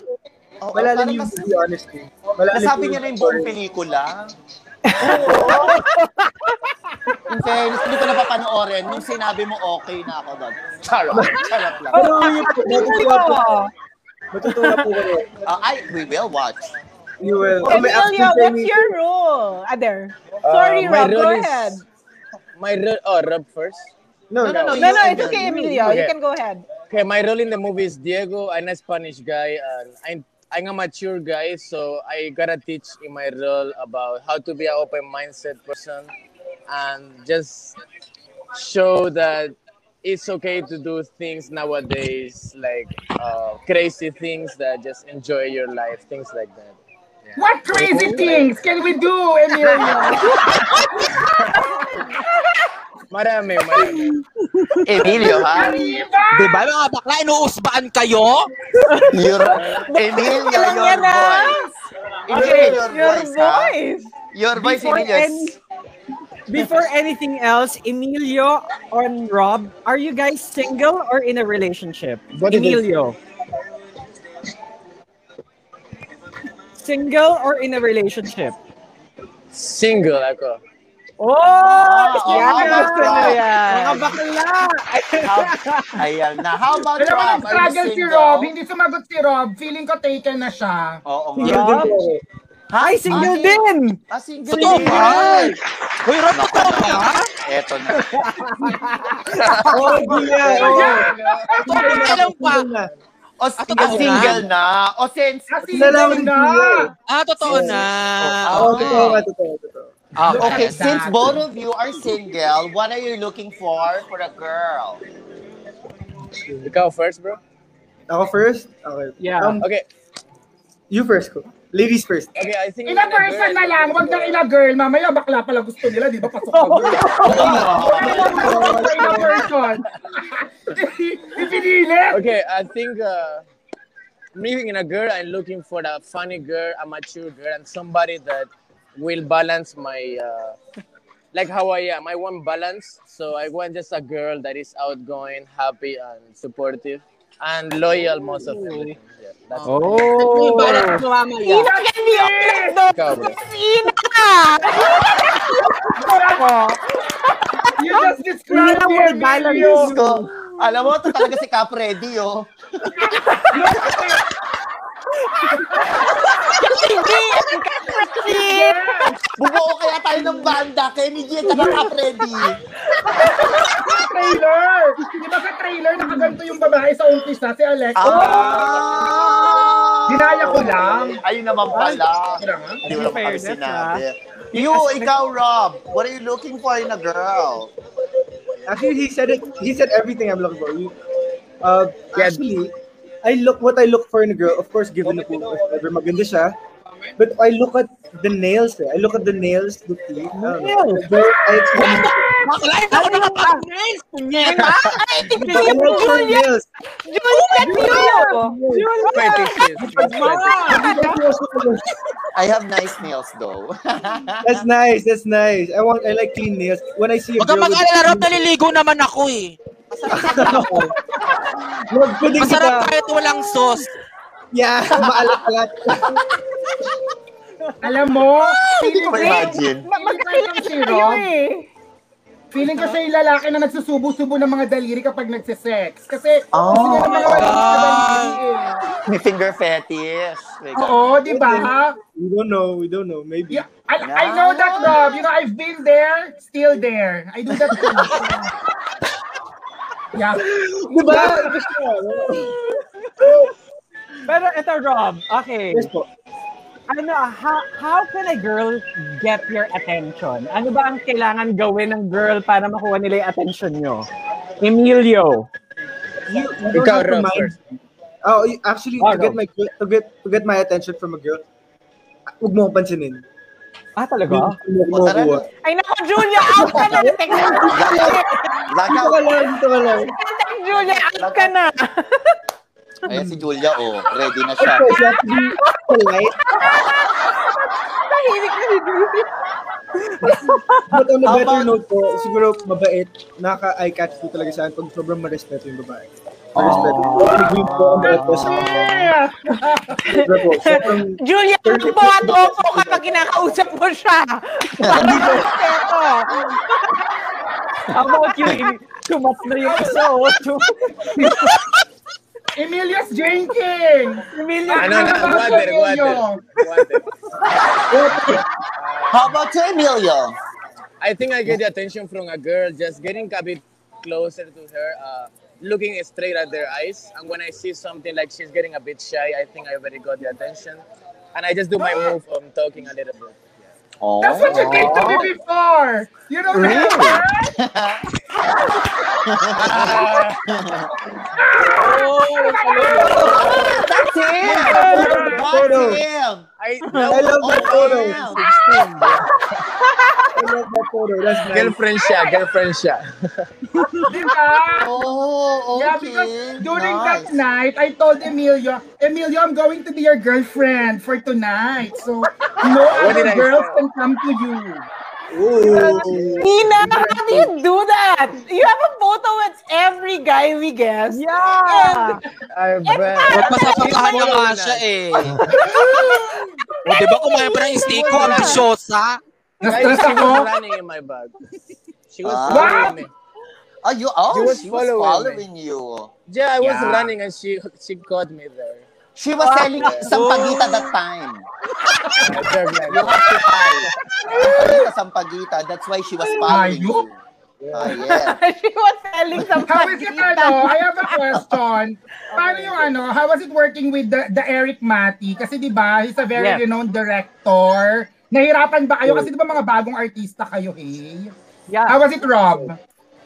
B: Oh, parang
J: yung
B: nas-
J: movie, honestly. Malalim
B: Nasabi
J: yung
B: niya na yung buong
J: story.
B: pelikula. Oo. In fairness, hindi ko napapanoorin. Nung sinabi mo, okay na ako doon. Charot. Charot lang.
J: Pero yun po, matutuwa po. Matutuwa po kayo.
B: Ah, ay, we will watch.
J: You will. Kami
D: Emilio,
J: actually
D: what's
J: kami-
D: your role? Ah, there.
K: Uh,
D: Sorry,
K: my
D: Rob, go
K: role is-
D: ahead.
K: My role, oh, Rob first.
J: No, no, no.
D: No, no, it's okay, Emilio. You
K: Okay.
D: can go ahead.
K: Okay, my role in the movie is Diego. I'm a Spanish guy, and I'm I'm a mature guy, so I gotta teach in my role about how to be an open mindset person, and just show that it's okay to do things nowadays, like uh, crazy things that just enjoy your life, things like that.
F: What crazy things can we do, Emilio?
K: Marami, marami.
B: Emilio, ha?
E: Diba, mga bakla, inuusbaan kayo?
B: Your, Emilio,
D: Alam
B: your
D: niya na.
B: voice. Emilio, your, voice, ha? Your voice,
C: Before
B: Emilio.
C: any- Before anything else, Emilio and Rob, are you guys single or in a relationship?
K: What is it?
C: Emilio. Single or in a relationship?
K: Single ako.
C: Oh,
J: Ah,
B: oo
C: yan,
B: nga.
C: gusto na yan. Mga bakla.
B: Ayan na. How about
F: Alam mo,
B: Rob? Are
F: nag-struggle
B: you
F: si
B: single?
F: Rob. Hindi sumagot si Rob. Feeling ko taken na siya.
B: Oo nga.
J: Single din po ako.
B: Ha?
C: Ay, single
B: Ay,
C: din.
B: Ah, single
E: Totoo
B: din.
E: ba? Uy, Rob, totoo ba?
B: Eto na.
J: Oh, di nga. Oh.
E: Totoo ba? Alam pa.
B: O,
E: totoo
B: Oh, single na. O, since...
J: Salamat
F: Single na.
E: Ah, totoo na. Oh,
B: Okay.
J: Oo, Oh, totoo nga, totoo, totoo.
E: Ah,
B: Okay,
F: Look at
B: since
F: that.
B: both of you are single, what are you looking for for a girl?
K: Ikaw first, bro.
J: Ako first? Okay.
C: Yeah.
J: Um,
K: Okay,
J: you first. ko. Ladies first.
K: okay. I think.
F: Ina person na lang, wag nang ina girl. Mamaya bakla pala gusto nila, di ba? Pasok na girl.
J: Oh,
F: Ina person. Ipinili.
K: Okay, I think uh, I'm living in a girl. I'm looking for a funny girl, a mature girl, and somebody that will balance my uh, like how I am. I want balance, so I want just a girl that is outgoing, happy, and supportive, and loyal most of everything. Yeah, that's
E: Uy, balance mo mamaya.
D: Ina can be honest, though.
K: ikaw, bro.
D: Ina!
F: You
C: Hindi
F: just described
C: lang
F: me,
C: may balance.
F: Emilio.
B: So, alam mo, ito talaga si Cap Ready, oh.
L: Bumuo kaya tayo ng banda kay Miggy at saka Kap Freddy.
F: trailer! Di ba sa trailer nakaganto yung babae sa umpisa, si Alex?
B: Ah.
L: Ah!
F: Dinaya ko lang.
L: Ayun naman pala. Hindi mo lang
B: ano
L: kami
F: Fairness,
L: sinabi.
F: ah.
L: You, ikaw, Rob, what are you looking for in a girl?
J: Actually, he said it. He said everything I'm looking for. You- Uh, actually, I look what I look for in a girl. Of course, given na po if ever maganda siya. But I look at the nails. Eh. I look at the nails, the teeth. I don't know. The, I,
E: Makalive ako ng thumbnails, punyeta! Ay,
J: the nails for nails.
B: I have nice nails though.
J: That's nice. That's nice. I want. I like clean nails. When I see a
E: Huwag kang
J: girl
E: mag-alala, Rob,
J: with
E: naliligo naman ako eh.
J: Wag po din
E: Masarap
J: kita.
E: kahit walang sauce.
J: Yeah, maalat alat
F: Alam mo, feeling
L: ko ma-imagine.
F: Ma- magkakilala siya kayo eh. Feeling ko siya yung lalaki na nagsusubo-subo ng mga daliri kapag nagsisex. Kasi,
B: Oh
F: gusto niya
B: my
F: naman naman
B: God.
F: sa daliri eh.
B: May finger fetish. My God.
F: Oo, di ba?
J: We don't know. We don't know. Maybe.
F: I, I know that, Rob. You know, I've been there, still there. I do that too. yeah.
J: Di ba?
C: Pero ito, Rob. Okay.
J: Yes po.
C: Ano, how, how can a girl get your attention? Ano ba ang kailangan gawin ng girl para makuha nila yung attention nyo? Emilio.
J: You, you don't
C: Ikaw,
J: have to
C: Rob,
J: mind-
C: first.
J: Oh, y- actually,
C: Oh,
J: to get
C: Rob.
J: my girl- to get to get my attention from a girl, huwag mo akong pansinin.
C: Ah, talaga?
J: Hindi mo
B: tara
J: makuha.
D: Ay, naku, Julia, out ka na. Teka
J: Dito ka lang, dito ka lang.
D: Julia, out ka na.
B: Ayan si Julia, oh. Ready na siya.
J: Okay, so you have to be polite.
D: Tahimik na si Julia.
J: But on a
B: How
J: better
B: about-
J: note po, siguro mabait, nakaka-eye-catch po talaga sa akin pag sobrang marespeto yung babae. Marespeto.
C: Ah.
J: Agree po ang opo sa Sobra po. Sobrang
D: Julia, upo at opo kapag kinakausap mo siya. Para respeto.
C: How about you, Emilio? Tumat na yung isa, oh. Tumat.
F: Emilius Ah, Jenkins!
C: Emilio.
K: Ano na, water, water. water.
B: How about you, Emilio?
K: I think I get the attention from a girl just getting a bit closer to her, uh, looking straight at their eyes. And when I see something like she's getting a bit shy, I think I already got the attention. And I just do my move on talking a little bit.
B: Oh.
F: That's what you did to me before! You know that?
B: That's him! That's
J: photo.
B: him!
K: I,
J: I love that photo.
B: Oh,
J: I love that photo. That's nice.
K: girlfriend siya, girlfriend siya.
F: Di ba?
L: Oh,
F: Yeah,
L: okay.
F: because during
L: nice.
F: that night, I told Emilio, Emilio, I'm going to be your girlfriend for tonight. So no
K: What did
F: other
K: I
F: girls
K: say?
F: can come to you.
J: Ooh.
D: Ina, how do you do that? You have a photo with every guy we guess.
C: Yeah.
K: I
E: Huwag
K: bet.
E: masapapahan na nga siya eh. O, di ba kumain pa ng steak ko? Ambisyosa.
F: Na-stress
K: she was
F: ako.
K: running in my bag. She was
B: Ah.
K: following me.
B: Oh, you, oh,
K: She was
B: she was
K: following
B: following you.
K: Yeah, I was
B: Yeah.
K: running and she she caught me there.
B: She was selling sampagita that time.
K: I grabbed my
B: Yung occupy. Sampagita, sampagita. That's why she was following you.
F: Ayup.
B: Ah, yeah.
D: She was selling some
F: How is it ano? I have a question. Paano yung ano? How was it working with the, the Eric Mati? Kasi di ba, he's a very
C: Yes.
F: renowned director. Nahirapan ba kayo? Kasi di ba mga bagong artista kayo, hey?
C: Yeah.
F: How was it, Rob?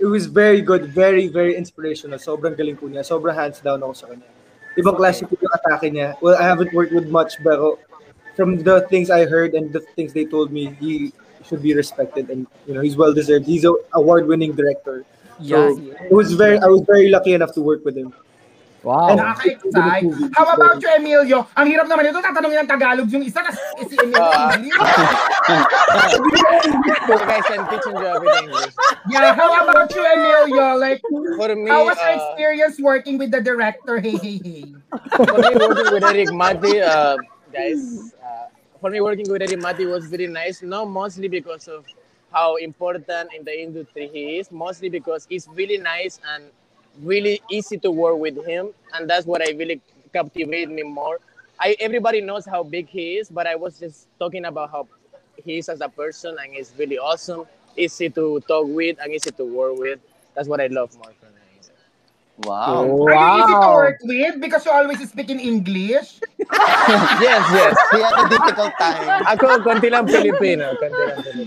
J: It was very good. Very, very inspirational. Sobrang galing po niya. Sobrang hands down ako sa kanya. Ibang klase po yung atake niya. Well, I haven't worked with much, pero from the things I heard and the things they told me, he should be respected and you know he's well deserved. He's an award-winning director. So it was very I was very lucky enough to work with him. Oh.
C: Wow.
F: Nakaka-excite. How about you, Emilio? Ang hirap naman ito, tatanungin ng Tagalog yung isa kasi si
K: Ah.
F: Emilio.
K: So guys, I'm teaching you everything English.
F: Yeah, how about you, Emilio? Like,
K: For me,
F: how was your
K: uh,
F: experience working with the director? Hey, hey, hey.
K: for me working with Eric Mati, uh, guys, uh, for me working with Eric Mati was very nice. No, mostly because of how important in the industry he is. Mostly because he's really nice and really easy to work with him, and that's what I really captivated me more. I everybody knows how big he is, but I was just talking about how he is as a person, and he's really awesome, easy to talk with, and easy to work with. That's what I love more. From him.
F: Wow. Are you easy to work with because you always speak in English?
K: yes, yes.
F: He had a difficult time.
K: Ako, konti lang Pilipino. Konti lang Pilipino.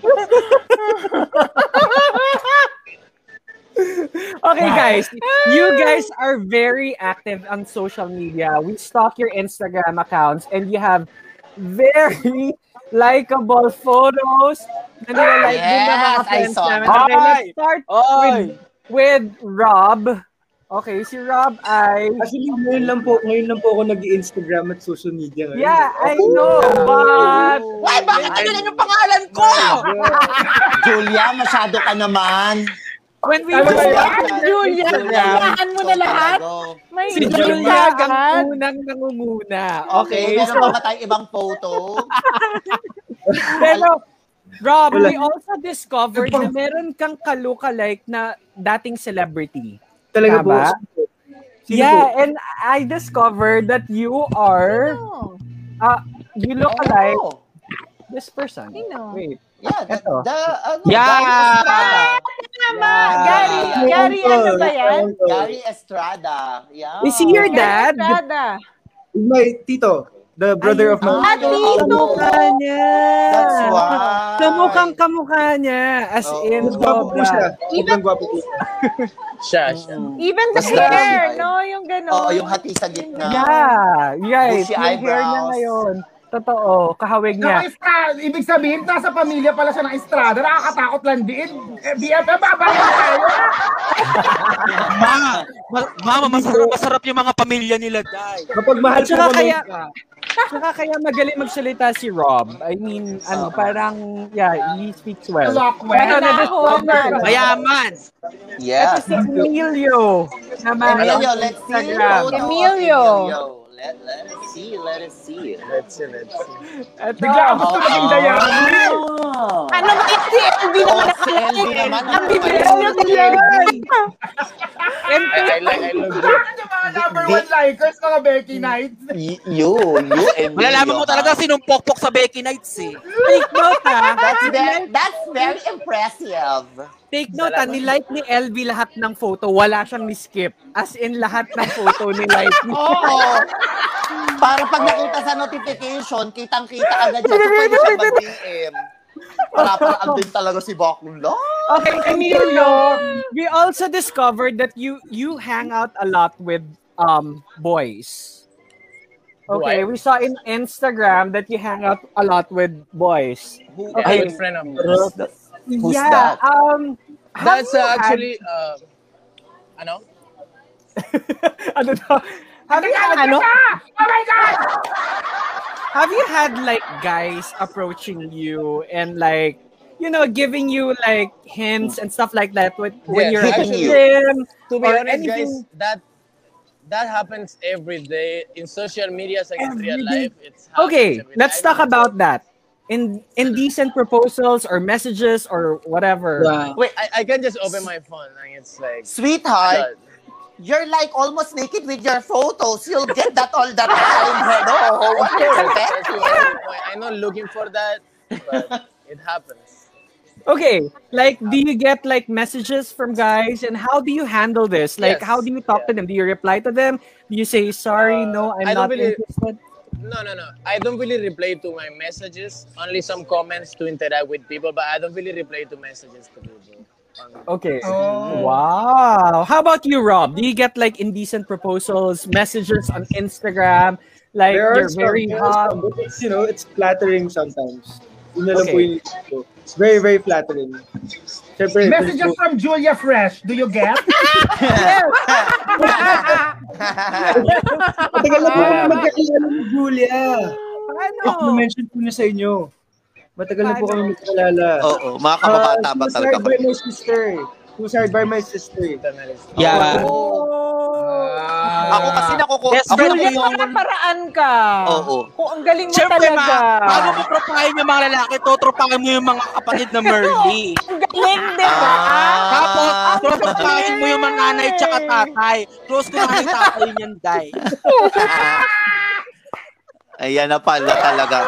C: Okay, guys. You guys are very active on social media. We stalk your Instagram accounts and you have very likable photos. na nilalike din ng mga
A: Yes, I
C: friends
A: saw
C: namin.
A: that.
C: Okay, let's
A: Oy!
C: start
A: Oy!
C: with, with Rob. Okay, si Rob ay...
J: Actually, ngayon lang po, ngayon lang po ako nag-Instagram at social media. Ngayon.
C: Yeah, I know, but...
J: Why? Bakit ganun
E: yung pangalan ko?
L: Julia, masyado ka naman.
C: When we
L: Ano
C: were
L: ba yan?
C: Julia,
L: Julia.
C: Juliaan mo na lahat.
L: May
C: si
L: Julia
C: Julia ang unang nangunguna.
L: Okay,
C: Okay,
L: meron
C: so
L: pa ba tayong ibang photo?
C: Pero, Rob,
L: Wala.
C: we also discovered na meron kang kaluka-like na dating celebrity.
J: Talaga po?
C: Tama?
J: Sino
C: yeah,
J: po?
C: and I discovered that you are, uh, you look alike this person. Wait.
L: Oh, Yeah,
C: Ito.
L: ano,
C: Yeah!
L: Gary Estrada.
D: Tama! Gary,
C: eh,
D: Gary, ano ba yan?
L: Gary Estrada. Yeah.
J: Is he your dad?
D: Gary Estrada.
J: My tito, the brother of my...
C: Ah, tito ka niya.
J: That's why.
C: Kamukhang kamukha niya. As in,
J: Mas gwapo po
C: sobra.
J: siya. Sobrang gwapo po.
K: siya, siya.
D: Even sa
C: Mas
D: hair,
C: dami.
D: no? Yung gano'n.
L: Oo, yung hati sa gitna.
C: Yeah, right.
L: Bushy
C: Yung hair niya
L: eyebrows.
C: ngayon. Totoo, kahawig
F: Naka
C: niya.
F: Estrada, ibig sabihin, nasa pamilya pala siya ng Estrada. Nakakatakot lang din. Eh, BFF, abayan tayo.
E: Ma, ma- mama, masarap, masarap yung mga pamilya nila, Day.
J: Kapag
C: mahal At saka ka, kaya- Saka kaya magaling magsalita si Rob. I mean, ano, parang, yeah, he speaks well.
D: Eloquent.
C: Ano, na-discover ko.
E: Mayaman.
C: Ito si uh, Emilio. Naman,
L: Emilio,
C: on
L: let's see.
C: Instagram.
L: Photo of
C: Emilio.
L: Let, let us see, let us see.
K: Let's see, let's see.
C: Ito.
L: Bigla ako gusto maging Dayan.
D: Ano ba yan? Si LB naman
L: si LB
D: nakalagay.
L: naman.
D: Ang bibilis nyo talaga.
K: I, I like, I love you.
F: Number one likers, mga Becky Knights.
L: You, you, Emilio.
E: Malalaman mo talaga sinong pokpok sa Becky Nights, eh.
C: Take note, ha?
L: That's very, that's very impressive.
C: Take note, ha? Nilike ni LV lahat ng photo. Wala siyang ni-skip. As in, lahat ng photo ni-like.
L: Oo. Oh. Para pag nakita sa notification, kitang-kita agad siya. So, pwede siya mag-DM. Para pala andin talaga si Bakula.
C: Okay, Emilio, we also discovered that you you hang out a lot with um boys.
K: Do
C: Okay,
K: I?
C: we saw in Instagram that you hang out a lot with boys.
K: Yeah,
C: Okay.
K: good friend of yours.
L: Who's
C: yeah,
L: that?
C: um have
K: That's
C: you
K: uh,
C: had-
K: actually, uh, ano?
C: ano to? Have you had ano?
F: Oh my God!
C: Have you had like guys approaching you and like you know giving you like hints and stuff like that with, when
K: Yes,
C: you're at the
K: actually,
C: gym
K: to be
C: or
K: honest,
C: anything?
K: guys, that that happens every day in social media, like in
C: Every
K: real
C: day.
K: life. It's
C: okay let's talk about that in indecent proposals or messages or whatever
K: Wait, I, I can just open my phone and it's like uh,
L: Sweetheart, You're like almost naked with your photos. You'll get that all the time. Hello, what do you expect?
K: I'm not looking for that, but it happens.
C: okay like do you get like messages from guys and how do you handle this like
K: Yes,
C: how do you talk to them do you reply to them do you say sorry no i'm
K: I
C: not
K: don't really-
C: interested
K: No, no, no. I don't really reply to my messages. Only some comments to interact with people, but I don't really reply to messages to people.
C: okay wow how about you rob do you get like indecent proposals messages on instagram like
J: There are
C: you're
J: some,
C: very
J: there are
C: hot
J: some, but it's, you know, it's flattering sometimes. Yun na lang
C: Okay.
J: po yung isip ko. It's very, very flattering. Siyempre,
F: Messages
J: Facebook.
F: from Julia Fresh. Do you get?
J: Matagal na po kami magkakilala ni Julia. Paano? Ako mention ko na sa inyo. Matagal na po kami magkakilala.
B: Oo, mga kababata
J: Ah,
B: ba
J: she was
B: talaga
J: hired
B: ba?
J: by my sister. She was hired by my sister.
B: Yeah.
E: oh.
C: Ah.
B: Ako kasi nakuku...
E: Best
B: ako
E: friend
B: naku-
E: mo
D: Yung mga paraan ka.
B: Oo.
D: Kung ang galing mo
E: Siyempre,
D: talaga.
E: ma, bago mo tropahin yung mga lalaki, totropahin mo yung mga kapatid na Merly.
D: Ang galing, di ba?
B: Ah.
E: Tapos, trotropahin mo yung mga nanay tsaka tatay. Close ko na yung tatay niyan, Day.
B: Ayan na pala talaga.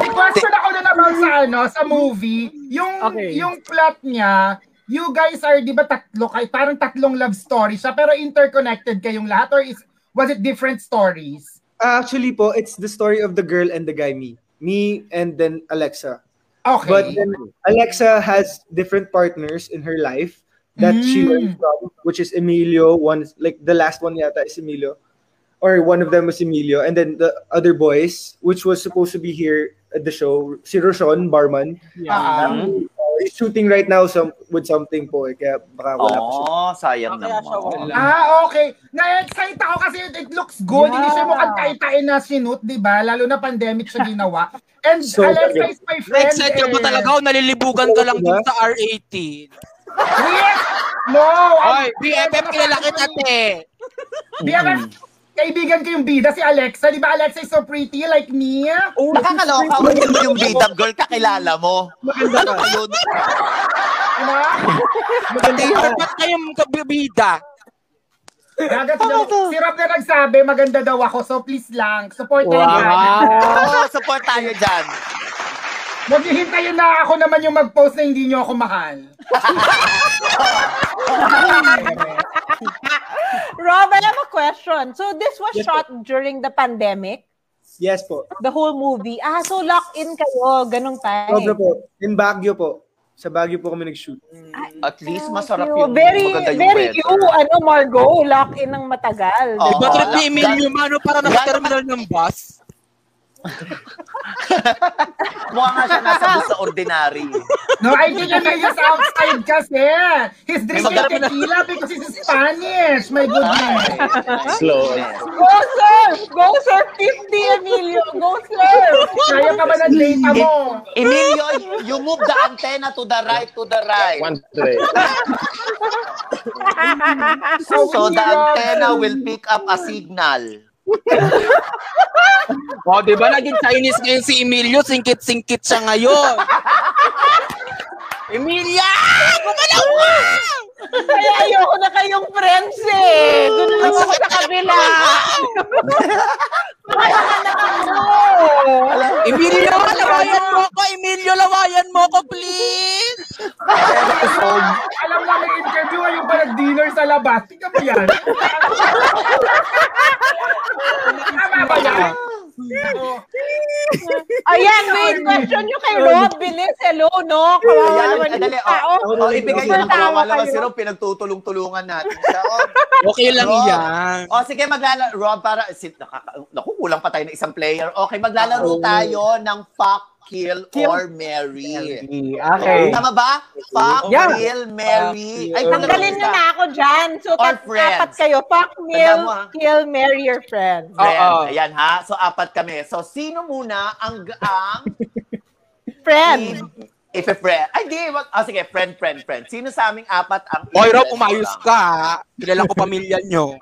F: May question ako na naman sa ano, sa movie. Yung yung plot niya, you guys are 'di ba tatlo kay parang tatlong love story siya pero interconnected kayong lahat or is was it different stories?
J: Ah, Actually po, it's the story of the girl and the guy, me. Me and then Alexa.
F: Okay.
J: But then Alexa has different partners in her life that she learned from, which is Emilio. One is- like the last one yata is Emilio. Or one of them was Emilio. And then the other boys, which was supposed to be here at the show, si Roshon Barman.
A: Yeah.
J: Um, he's shooting right now some with something po. Eh, kaya baka wala pa siya.
B: Oh, sayang
J: wala.
B: naman.
F: Ah, okay. Na-excite ako kasi it, it looks good. Hindi siya mukhang kaitain na sinut, di ba? Lalo na pandemic siya ginawa. And
E: So,
F: Alexa is my friend.
E: Excited ka ba
F: eh.
E: talaga o nalilibugan ka lang dun sa R18?
F: Yes! No!
E: Oy, BFF kilala kita, te.
F: BFF, kaibigan ko yung bida si Alexa. Di ba Alexa is so pretty like me?
B: Oh, Nakakaloka mo hindi yung beat up girl kakilala mo. Ano ba yun?
E: Pati harpat kayong kabibida.
F: Gagat
B: Ano
F: daw. Si Rob na nagsabi, maganda daw ako. So please lang, support tayo.
B: Wow.
D: Ah.
F: dyan.
B: Oo, Oh, support tayo dyan.
F: Huwag niyo hintayin na ako naman yung mag-post na hindi niyo ako mahal.
D: Rob, I have a question. So this was
J: Yes,
D: shot during the pandemic,
J: Yes po.
D: the whole movie. Ah, so lock-in kayo, ganong time.
J: Sobra po. In Baguio po. Sa Baguio po kami nag-shoot.
B: At least masarap
D: So, very, very you, ano, Margo, lock-in ng matagal.
E: Oh, Iba trip ni
D: Lock-in.
E: Emilio Mano para naka-terminal ng bus.
B: Mukha nga siya nasa bus sa ordinary.
F: No, I think Emilio's outside kasi. He's drinking
B: Masarap na- Ah.
F: tequila because he's Spanish. My goodness.
A: Slow.
D: Go, sir! Go, sir! 50, Emilio! Go, sir!
F: Kaya ka ba ng data mo?
B: Emilio, you move the antenna to the right, to the right.
K: One, two,
B: So the antenna will pick up a signal.
E: O, Oh, di ba naging Chinese ngayon si Emilio? Singkit-singkit siya ngayon. Emilia! Gumalaw ka!
D: Kaya ayoko na kayong friends eh! Doon lang ako sa kabila!
E: Emilio, lawayan mo ko! Emilio, lawayan mo ko, please!
F: Alam na may interview ay yung parang dinner sa labas. Tingnan mo yan. Tama ba yan?
B: Ah.
D: Ayan, wait, question nyo kay Rob. Bilis, hello, no? Kawawa
B: Ayan,
D: naman
B: dali.
D: yung tao.
B: Oh, oh, ibigay nyo
D: Tao
B: ng kawawa naman
D: kayo.
B: si Rob. Pinagtutulong-tulungan natin siya. Oh,
E: Okay lang
B: Rob.
E: yan.
B: O sige, maglala... Rob, para... Si, nakaka, naku, kulang pa tayo ng isang player. Okay, maglalaro
L: Oo.
B: tayo ng fuck, kill,
L: Kill.
B: or marry.
L: Okay.
B: Tama ba? Fuck,
L: Yeah.
B: kill, marry.
L: Fuck,
B: Ay,
L: kill.
D: Tanggalin nyo na ako dyan. So,
B: Or
D: tat apat
B: friends.
D: kayo. Fuck,
B: Tandaan
D: Neil,
B: mo, ah.
D: kill, marry your friend.
B: Friend. Ayan ha. So, apat kami. So, sino muna ang... ang
D: Friend.
B: If a friend. Ay, di. Wag, oh, sige, friend, friend, friend. Sino sa aming apat ang...
E: Oy, Rob, umayos ka. ha? Kilala ko pamilya nyo.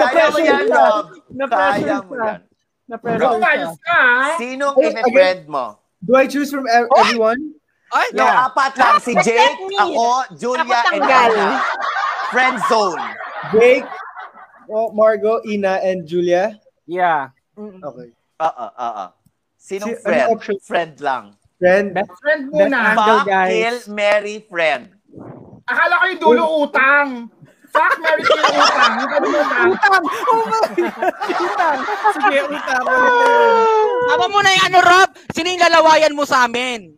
B: Kaya mo yan, Rob. Kaya
J: Na-pressure
B: mo
J: siya.
B: yan.
J: Na-pressure
B: Rob,
J: siya.
B: Sino ang
J: Wait,
B: if a friend mo?
J: Do I choose from ev- everyone?
E: Ay,
B: No, apat lang. Si
J: Except
B: Jake,
J: me.
B: ako, Julia,
J: Ako
B: and
J: tanggal.
B: Anna. Friend zone.
J: Jake, oh, Margo, Ina, and Julia?
C: Yeah.
J: Okay.
B: Oo, oo. Uh-uh, Sinong
J: Si- ano
B: friend?
J: option?
B: Friend lang.
J: Friend?
F: Friend muna.
B: Fuck, kill, marry, friend.
F: Akala ko yung dulo utang. Fuck, Mary, kill utang. Yung kanina utang.
C: Utang! Oh my Utang! Sige, utang.
E: Tama mo na yung ano, Rob. Sino yung lalawayan mo sa amin?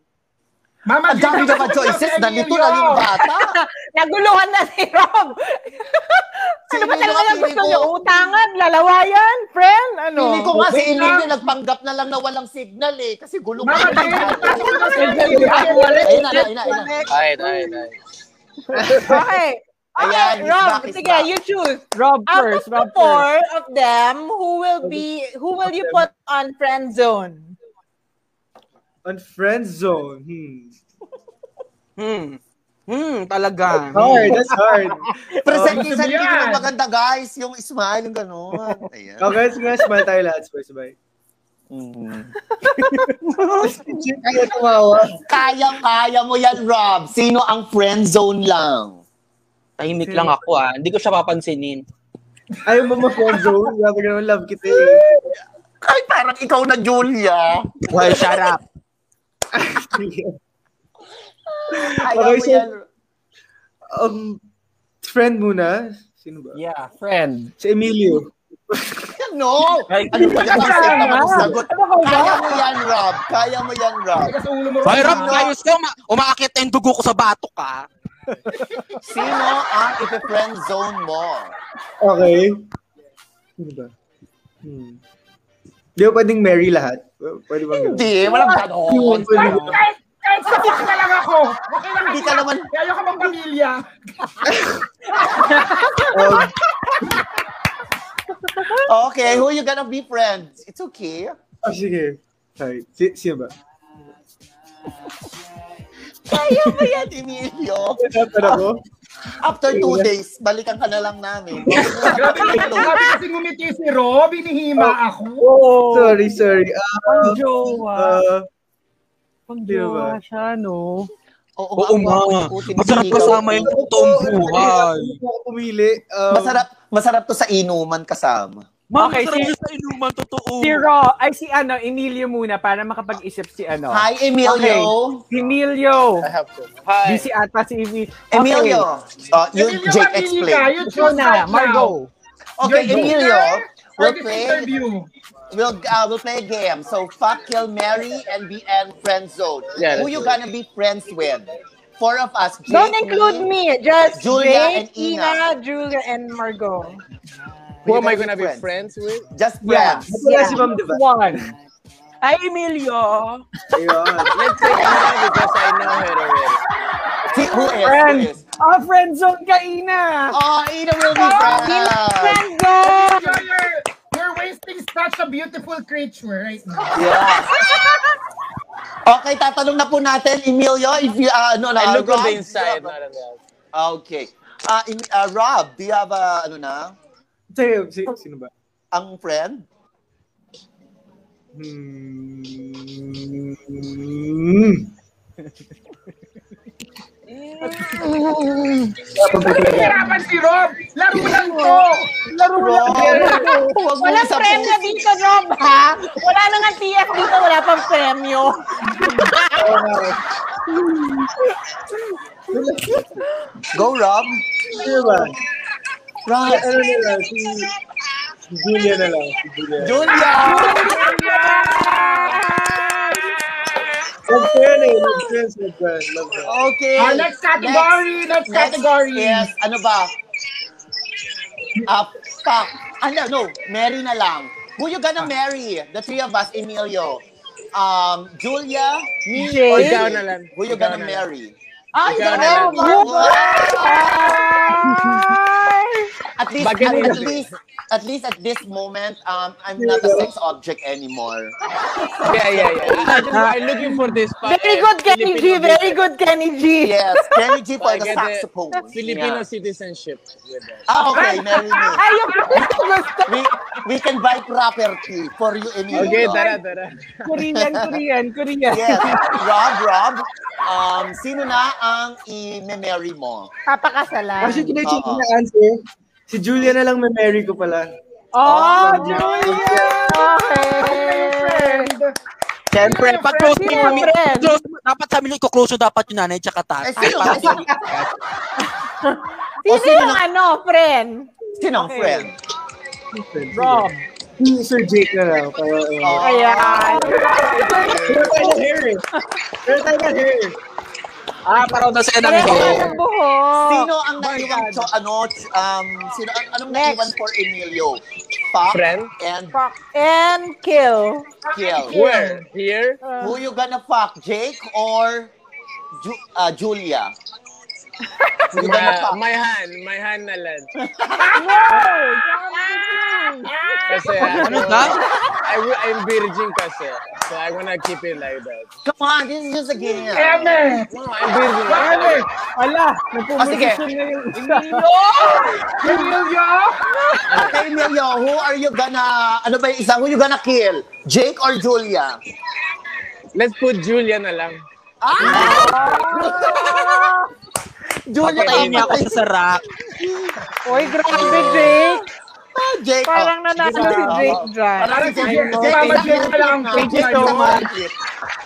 F: Mama,
B: Ang dami naman choices. Nandito na yung bata.
D: Naguluhan na si Rob. ano ba talaga yung gusto niyo? Utangan, lalawayan, friend, ano?
B: Pili ko nga si Emilio nagpanggap na lang na walang signal eh. Kasi gulo ka.
F: Mama, Jake, pasok mo na sa Emilio.
B: Ayun na, ayun na, ayun na.
K: Ay, ay, ay.
D: Okay. Okay,
B: Ayan, it's
D: Rob,
B: back, it's
D: sige,
B: back.
D: you choose.
C: Rob
D: Out
C: first,
D: of the
C: Rob
D: four
C: first.
D: of them, who will be, who will you put on friend zone?
J: On friend zone. Hmm.
E: Hmm. Hmm, talaga. Hmm.
J: That's hard. That's hard.
B: Present
J: Um,
B: yung sarili ko ng maganda, guys. Yung smile, yung gano'n. Ayan.
J: Um, Okay, sige, smile tayo lahat. Smile, smile.
B: Mm-hmm.
J: Kaya tumawa.
B: Kayang-kaya mo yan, Rob. Sino ang friend zone lang?
E: Tahimik lang ako ah. Hindi ko siya papansinin.
J: Ayaw mo mag-control. Sabi ko naman, love kita eh.
B: Ay, parang ikaw na Julia.
J: Well, shut up.
L: Ayaw mo
J: okay, so,
L: yan.
J: um, friend muna. Sino ba?
C: Yeah, friend.
J: Si Emilio.
B: No!
J: Ay,
B: ano ba yan? Ang sakta mo ng sagot.
J: Ano ba?
B: Kaya mo yan, Rob. Kaya mo yan, Rob.
E: Ay, Rob, ayos ka. Uma- umaakit na yung dugo ko sa ah. bato ka.
B: Sino ang ipe-friend zone mo?
J: Okay. Sino ba? Hmm. Di ba pwedeng Mary lahat? Pwede ba? ganun?
B: Hindi, walang ganon.
J: Pwede ba?
F: Kahit, kahit sa fuck na lang ako. Okay lang.
B: Hindi ka naman.
F: Kaya ayoko magpamilya.
J: Um,
B: Okay, who you gonna be friends? It's okay.
J: ah, sige. Sorry. Si, sino ba?
B: Kaya mo yan, Emilio.
J: Dapat ako?
B: After two days, balikan ka na lang namin.
F: Grabe kasi- grabe kasi ngumiti si Rob. Hinihima
B: Oh.
F: ako.
J: Sorry, sorry.
C: Ang
J: Uh,
C: jowa.
J: uh, diba?
C: Ang
J: di
C: jowa
J: ba?
C: siya, no?
B: Oo,
E: Oo,
B: ang
E: ma.
B: puti-puti ni
E: Masarap
B: Emilio.
E: kasama yung totoong buhay.
J: Hindi ako pumili. Um,
B: Masarap, masarap to sa inuman kasama.
E: Ma,
C: Okay,
E: masarap
C: si-
E: yun sa inuman, totoo.
C: Si Ro, ay si ano, Emilio muna para makapag-isip si ano.
B: Hi, Emilio.
C: Okay. Emilio.
K: I have to.
C: Hi.
K: Hi.
C: Busy ata si Emilio. Okay.
B: Emilio. Oh, you,
F: Emilio,
B: Jake,
F: mamili ka.
B: explain.
F: You
C: Ikaw
F: choose
C: na,
F: right now.
C: Margo.
B: Okay,
F: Your
B: Emilio.
F: dinner or
B: We'll
F: this
B: play,
F: interview.
B: we'll, uh, we'll play a game. So, fuck, kill, marry, and be and friend zone.
K: Yeah,
B: Who
K: let's
B: you
K: do it.
B: gonna be friends with? Four of us. Jake,
D: Don't include me. Just
B: Julia
D: Julia
B: and Ina.
D: Ina, Julia, and Margot.
K: Who am I gonna be friends with?
B: Just
C: Yeah.
B: friends.
J: Wala si Ma'am
C: Just
J: Diva.
C: One.
E: Ay, Emilio.
J: Ayun.
K: Let's say Ina because I know her already.
B: See, who is?
C: Friend.
B: Who is?
C: Ah, friend zone ka, Ina.
B: Oh, Ina will be friends.
F: Emilio, you're, you're wasting such a beautiful creature right now.
B: Yes. Okay, tatanong na po natin, Emilio, if you, uh, ano, na,
K: I look
B: Rob,
K: on the
B: do you
K: inside,
B: have a-
K: not on the outside.
B: Okay. Uh, in, uh, Rob, do you have a, ano na,
J: Sa'yo, si, sino ba?
B: ang friend?
J: Hmm.
F: Hirapan si Rob. Laro lang to. Laro lang.
B: Rob, huwag mo
D: Wala
B: sa
D: friend na dito, Rob, ha? Wala nang ang TF dito, wala pang premyo.
B: Go, Rob.
J: Sino ba?
B: Rob.
J: Ano na lang, si, si Julia na lang. Si Julia.
B: Julia.
J: Mag-friend eh. Mag-friend, mag-friend. mag-friend.
B: Okay.
F: Ah, next category. Next,
B: Next
F: category.
B: is, ano ba? Ah, fuck. Ano, no. Mary na lang. Who you
F: Ah.
B: gonna marry? The three of us, Emilio. Um, Julia, me, or
K: Jay. Ikaw
B: Jay.
K: na lang.
B: Who Oh, you
K: Ikaw
B: gonna
K: na lang.
B: marry? Oh,
D: Ay,
K: Ikaw na
D: Rob,
K: lang.
B: At least, at,
K: Bagay na
B: at
K: yun.
B: least, at least at this moment, um, I'm not a sex object anymore.
K: Yeah, yeah, yeah. I just, I'm looking for this part.
D: Very good, Kenny G.
K: Filipino
D: Very good, Kenny G.
B: Yes, Kenny G for
K: Like
B: the
K: at the-
B: saxophone. Yeah.
K: Filipino citizenship. With that.
B: Ah, okay, marry me.
D: Ayun pala gusto.
B: We, we can buy property for you, Emilio.
K: Okay, tara, tara.
C: Korean, Korean, Korean.
B: Yes. Rob, Rob, um, sino na ang i-marry mo?
D: Papakasalan.
J: Actually, can I change
B: Oo.
J: my answer? Si Julia na lang may marry ko pala.
C: Oh, Julia.
D: Okay.
E: Siyempre, pag close mo
D: friend, sino
E: kami,
D: yung friend?
E: close mo, dapat sa amin ko close mo dapat yung nanay tsaka tatay.
B: Eh, sino?
E: Para-
B: Eh, sino?
D: Sino
B: O, sino
D: yung
B: na-
D: ano, friend?
B: Sino ang friend?
J: Rob. Sir Jake na lang. Para, uh,
B: Oh,
D: Ayan.
J: Meron tayo na hair eh. Meron tayo na hair.
E: Ah, para na sa enemy.
D: Pareho ka ng buhok.
B: Sino ang naiwan so ano t- um sino an- anong naiwan for Emilio? Fuck
K: Friend?
B: and
D: Fuck and kill.
B: kill.
K: Where? Here?
B: Who you gonna fuck, Jake or Ju- uh, Julia? Who you gonna
K: Yeah,
B: fuck?
K: my hand. My hand na lang. Kasi
E: Ano
K: ano,
E: ba?
K: I, will- I'm virgin kasi. So I wanna keep it like that.
B: Come on, this is just a game.
F: Eme.
K: No, I'm virgin.
F: Eme.
C: Ala,
B: Ah, sige.
C: nagpumusisyon na yung isa.
F: Emilio.
B: Okay, Emilio, who are you gonna, ano ba yung isa? Who you gonna kill? Jake or Julia?
K: Let's put Julia na lang.
B: Ah! Julia,
E: Papatayin niya ako
B: papatay.
E: sa sarak.
D: Uy, grabe, Jake.
B: Jake.
D: Parang
B: oh,
D: nanalo
B: sige,
D: si
B: sige,
D: Jake
B: oh.
D: dyan.
B: Parang
D: I
B: si Jake.
D: know.
B: Jake,
D: Mama
B: isang
D: Jake
B: help
D: lang,
B: clip
D: Jake
B: naman.
D: naman.
B: Help clip.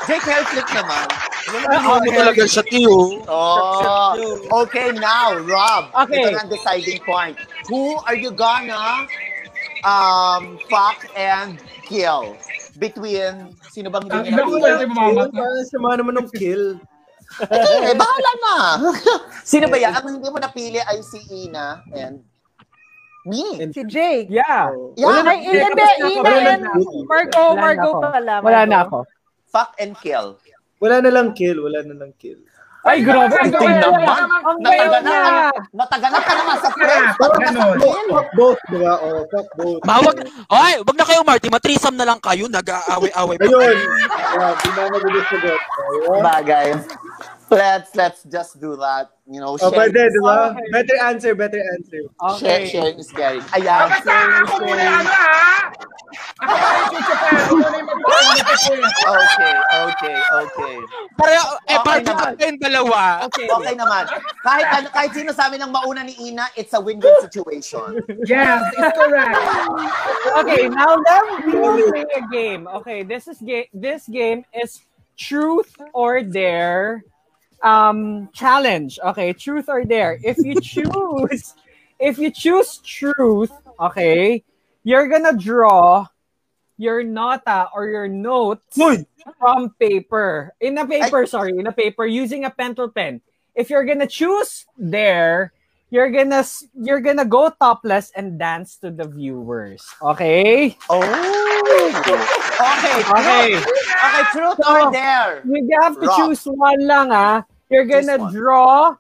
B: Jake, help clip naman.
E: Ano mo talaga siya, Tiyo?
B: Oh, okay now, Rob.
E: Okay.
B: Ito na ang deciding point. Who are you gonna um, fuck and kill? Between, sino bang hindi nila
J: sama naman ng kill.
B: Eh, bahala na. Sino ba yan? Ang hindi mo napili ay si Ina and me.
D: Si Jake.
C: Yeah.
D: Wala na- Ay, hindi, Tapos na ako. Ina Wala and na ako. Marco,
B: Wala na Marco ako. pala,
C: Wala na ako.
B: Fuck and kill.
J: Wala na lang kill, wala na lang kill.
C: Ay, grabe, ang
B: Ikaw
C: ganda.
B: naman.
D: Ang
B: Nataga
D: gayon
B: na.
D: niya.
B: Nataga na ka naman sa friends.
J: Parang
B: Nataga
J: ganun.
B: sa kill.
J: Fuck both, di ba? Oh, fuck both.
E: Mawag, ay, wag na kayo, Marty. Matrisam na lang kayo. Nag-aaway-aaway.
J: Ayun. Yeah, di na magulit-gulit. Ayun.
B: Bagay. Let's, let's just do that. You know,
J: Oh,
B: sharing
J: pwede, di ba?
B: is-
J: Better answer, better answer.
B: Share, sharing is caring. Ayan.
F: Basta ako muna yung ano ha! Ako pa yung chichika. Ako muna yung magpapalala.
B: Okay, okay, okay.
E: Pareho, eh,
B: Okay
E: party
B: naman.
E: kayong dalawa.
B: Okay. naman. Kahit, ano, kahit sino sa amin ang mauna ni Ina, it's a win-win situation.
F: Yes, it's correct.
C: Okay, now then we will play a game. Okay, this is ga- this game is truth or dare um challenge. Okay, truth or dare. If you choose if you choose truth, okay, you're gonna draw your nota or your notes from paper. In a paper, sorry, in a paper using a pencil pen. If you're gonna choose dare, you're gonna s- you're gonna go topless and dance to the viewers. Okay?
B: Oh. Okay.
C: Okay. Oh.
B: Okay, truth
C: So,
B: or dare?
C: You have to
B: Rock.
C: choose one lang ah. You're gonna
B: Choose one.
C: draw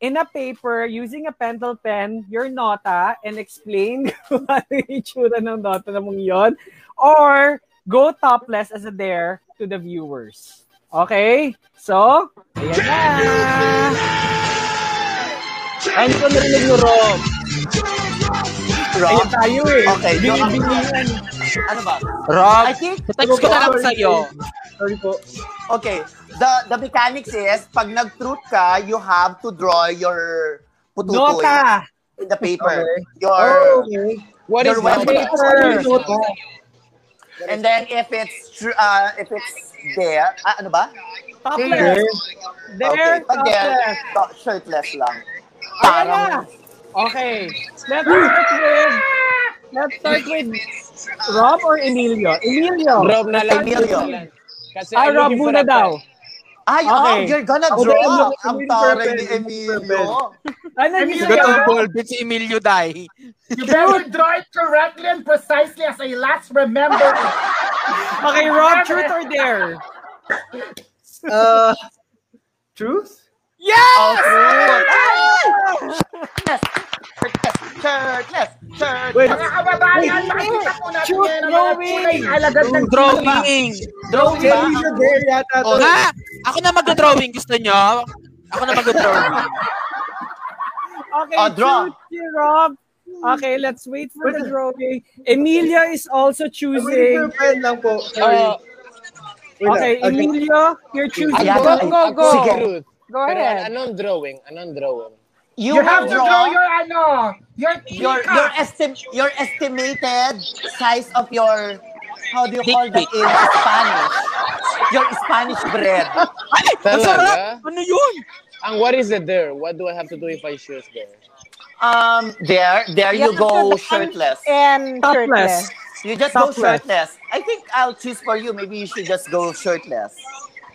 C: in a paper using a pencil pen your nota and explain kung ano yung itsura ng nota na mong yon or go topless as a dare to the viewers. Okay? So, ayan na. Ay, hindi ko narinig ni Rob.
B: Rob?
C: Ayan tayo eh.
B: Okay, Rob.
C: Binibiningan.
B: Ano ba?
E: Rob,
B: I think,
E: text ko na lang
B: Sorry.
E: sa'yo.
J: Sorry po.
B: Okay. The the mechanics is, pag nag-truth ka, you have to draw your pututoy
C: Nota.
B: in the paper.
J: Okay.
B: Your,
J: Oh, okay.
E: What
B: your
E: is
B: web
E: that?
B: paper.
J: Nota.
B: And then if it's tru- uh, if it's there, ah, ano ba?
C: Topless.
J: Okay.
C: Dare,
B: Pag there,
C: topless.
B: to- shirtless lang.
C: Ayan na.
B: Parang,
C: Okay. Let's start with Let's start with Rob or Emilio? Emilio.
K: Rob na lang.
B: Emilio.
K: Kasi
C: Oh, Ah,
K: I'm
C: Rob
K: looking for
C: muna
K: a
C: daw.
K: pet.
B: ay,
C: Okay.
B: oh, you're gonna
J: Okay, I'm
B: draw. Ang
J: looking- I'm looking for
B: taray
J: a
B: ni
J: pen.
B: Emilio.
C: Ano
F: Emilio.
C: yung
E: Sigat ang ballpen si Emilio Day.
F: You better draw it correctly and precisely as I last remember it.
C: Okay, Rob, truth or dare?
J: Uh, truth?
B: Oh, cool. Yes. Shirtless, shirtless.
J: Wait,
F: Mga kababayan, makikita po natin
C: Shoot,
F: ngayon ang mga
C: Joey!
F: tunay na alagad ng
E: Drawing.
B: Drawing ba?
J: Kelly na dare yata to.
B: Oh,
E: Ha? Ako na mag-drawing. Gusto nyo? Ako na mag-drawing.
C: Okay,
B: Oh, draw.
C: truth si Rob. Okay, let's wait for the drawing. Emilio is also
J: I'm waiting for
C: choosing.
J: a pen lang po. Sorry.
B: Uh,
K: Oh,
C: Okay,
J: Wait lang.
C: Emilio, you're choosing.
B: Ayan.
C: Rob.
K: ako-
D: go,
K: ako
D: go.
K: si Groot.
D: Go
K: Pero
D: ahead.
K: anong drawing? Anong drawing?
F: You
B: You,
F: have to draw your
B: your
F: ano, your
B: your your, esti- your estimated size of your how do you
E: Dick
B: call that
E: pic.
B: in Spanish? Your Spanish bread.
E: Ay, ang sarap!
K: Talaga?
E: Ano yun?
K: And what is the there? What do I have to do if I choose there?
B: Um, there, there you
D: have to
B: go,
D: dance
B: shirtless.
D: And
C: Topless.
D: shirtless.
B: You just go
C: Topless.
B: shirtless. I think I'll choose for you. Maybe you should just go shirtless.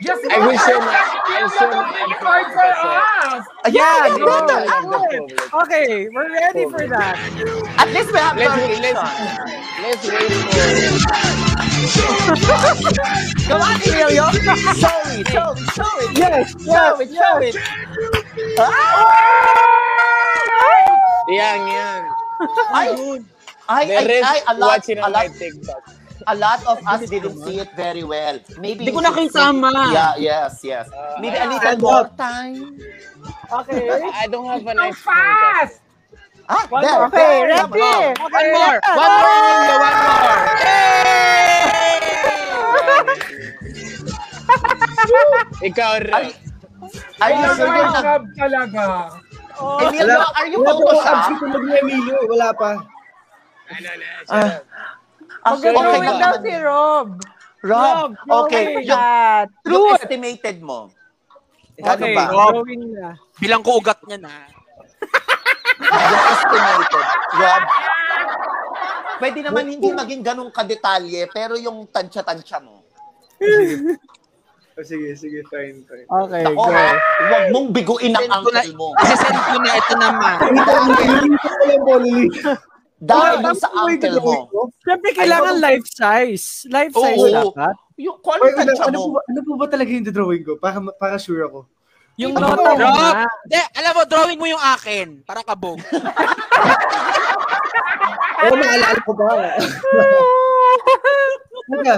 F: Just
K: I will show my- I will show my-
F: my card for us.
B: Yeah,
K: Drawing
B: go.
K: of the public.
C: Okay, we're ready for that.
B: At least we have
K: Let's,
B: foundation.
K: let's, let's wait for
B: Come on, Emilio. Show it, show it, show it.
C: Yes,
B: Show it, show it. Ah!
K: Yan, yan.
B: Ay, ay,
K: The
B: ay,
K: rest
B: ay, a lot,
K: watching
B: a
K: on
B: lot,
K: my TikTok.
B: a lot of us didn't see it very well. Maybe
E: Di ko
B: you should
E: nakisama.
B: see- Yeah, yes, yes. Maybe a little
J: Stand
B: more
J: up.
B: time.
C: Okay.
K: I don't have an
F: So
K: iPhone.
F: fast.
B: Ah,
C: One
B: there,
C: more.
D: Okay,
B: there, there,
D: ready?
E: One more! One more, Emilio! One more!
K: Ikaw,
B: Are,
K: Rob.
B: are you
F: You're
B: sure you're
F: my
B: not?
F: job talaga.
B: Emilio, are you ah?
J: Wala
B: photo
J: pa po
B: shop?
J: abs ni Emilio. Wala pa.
B: Ah.
D: Actually, okay
B: okay lang
D: daw
B: naman
D: si
B: yun.
D: Rob.
B: Rob,
D: Rob,
B: okay.
D: drawing
B: Yung,
D: that.
B: yung estimated mo. Gano
E: Okay,
B: ba?
E: Rob.
D: na.
E: Bilang ko ugat niya na.
B: Yung estimated. Rob, pwede naman hindi maging ganong kadetalye, pero yung tansya-tansya mo.
J: Oh, sige, sige, fine, fine.
D: Okay,
B: Ako, ha? Huwag mong biguin ang uncle mo.
E: Isasend ko na ito naman.
B: Dahil dun sa uncle mo.
C: Siyempre, kailangan
B: Ayoko.
C: life size. Life size
B: Oo.
C: dapat.
B: Yung, kung
J: Wait, ano, ano, po, ba- ano po ba talaga yung drawing ko? Para, para sure ako.
C: Yung
J: Ano
C: nota
J: ba?
C: mo
E: Rob,
C: na.
E: de, alam mo, drawing mo yung akin. Parang kabog.
B: Ah!
J: Oo, maalala Oh, ko ba? Teka.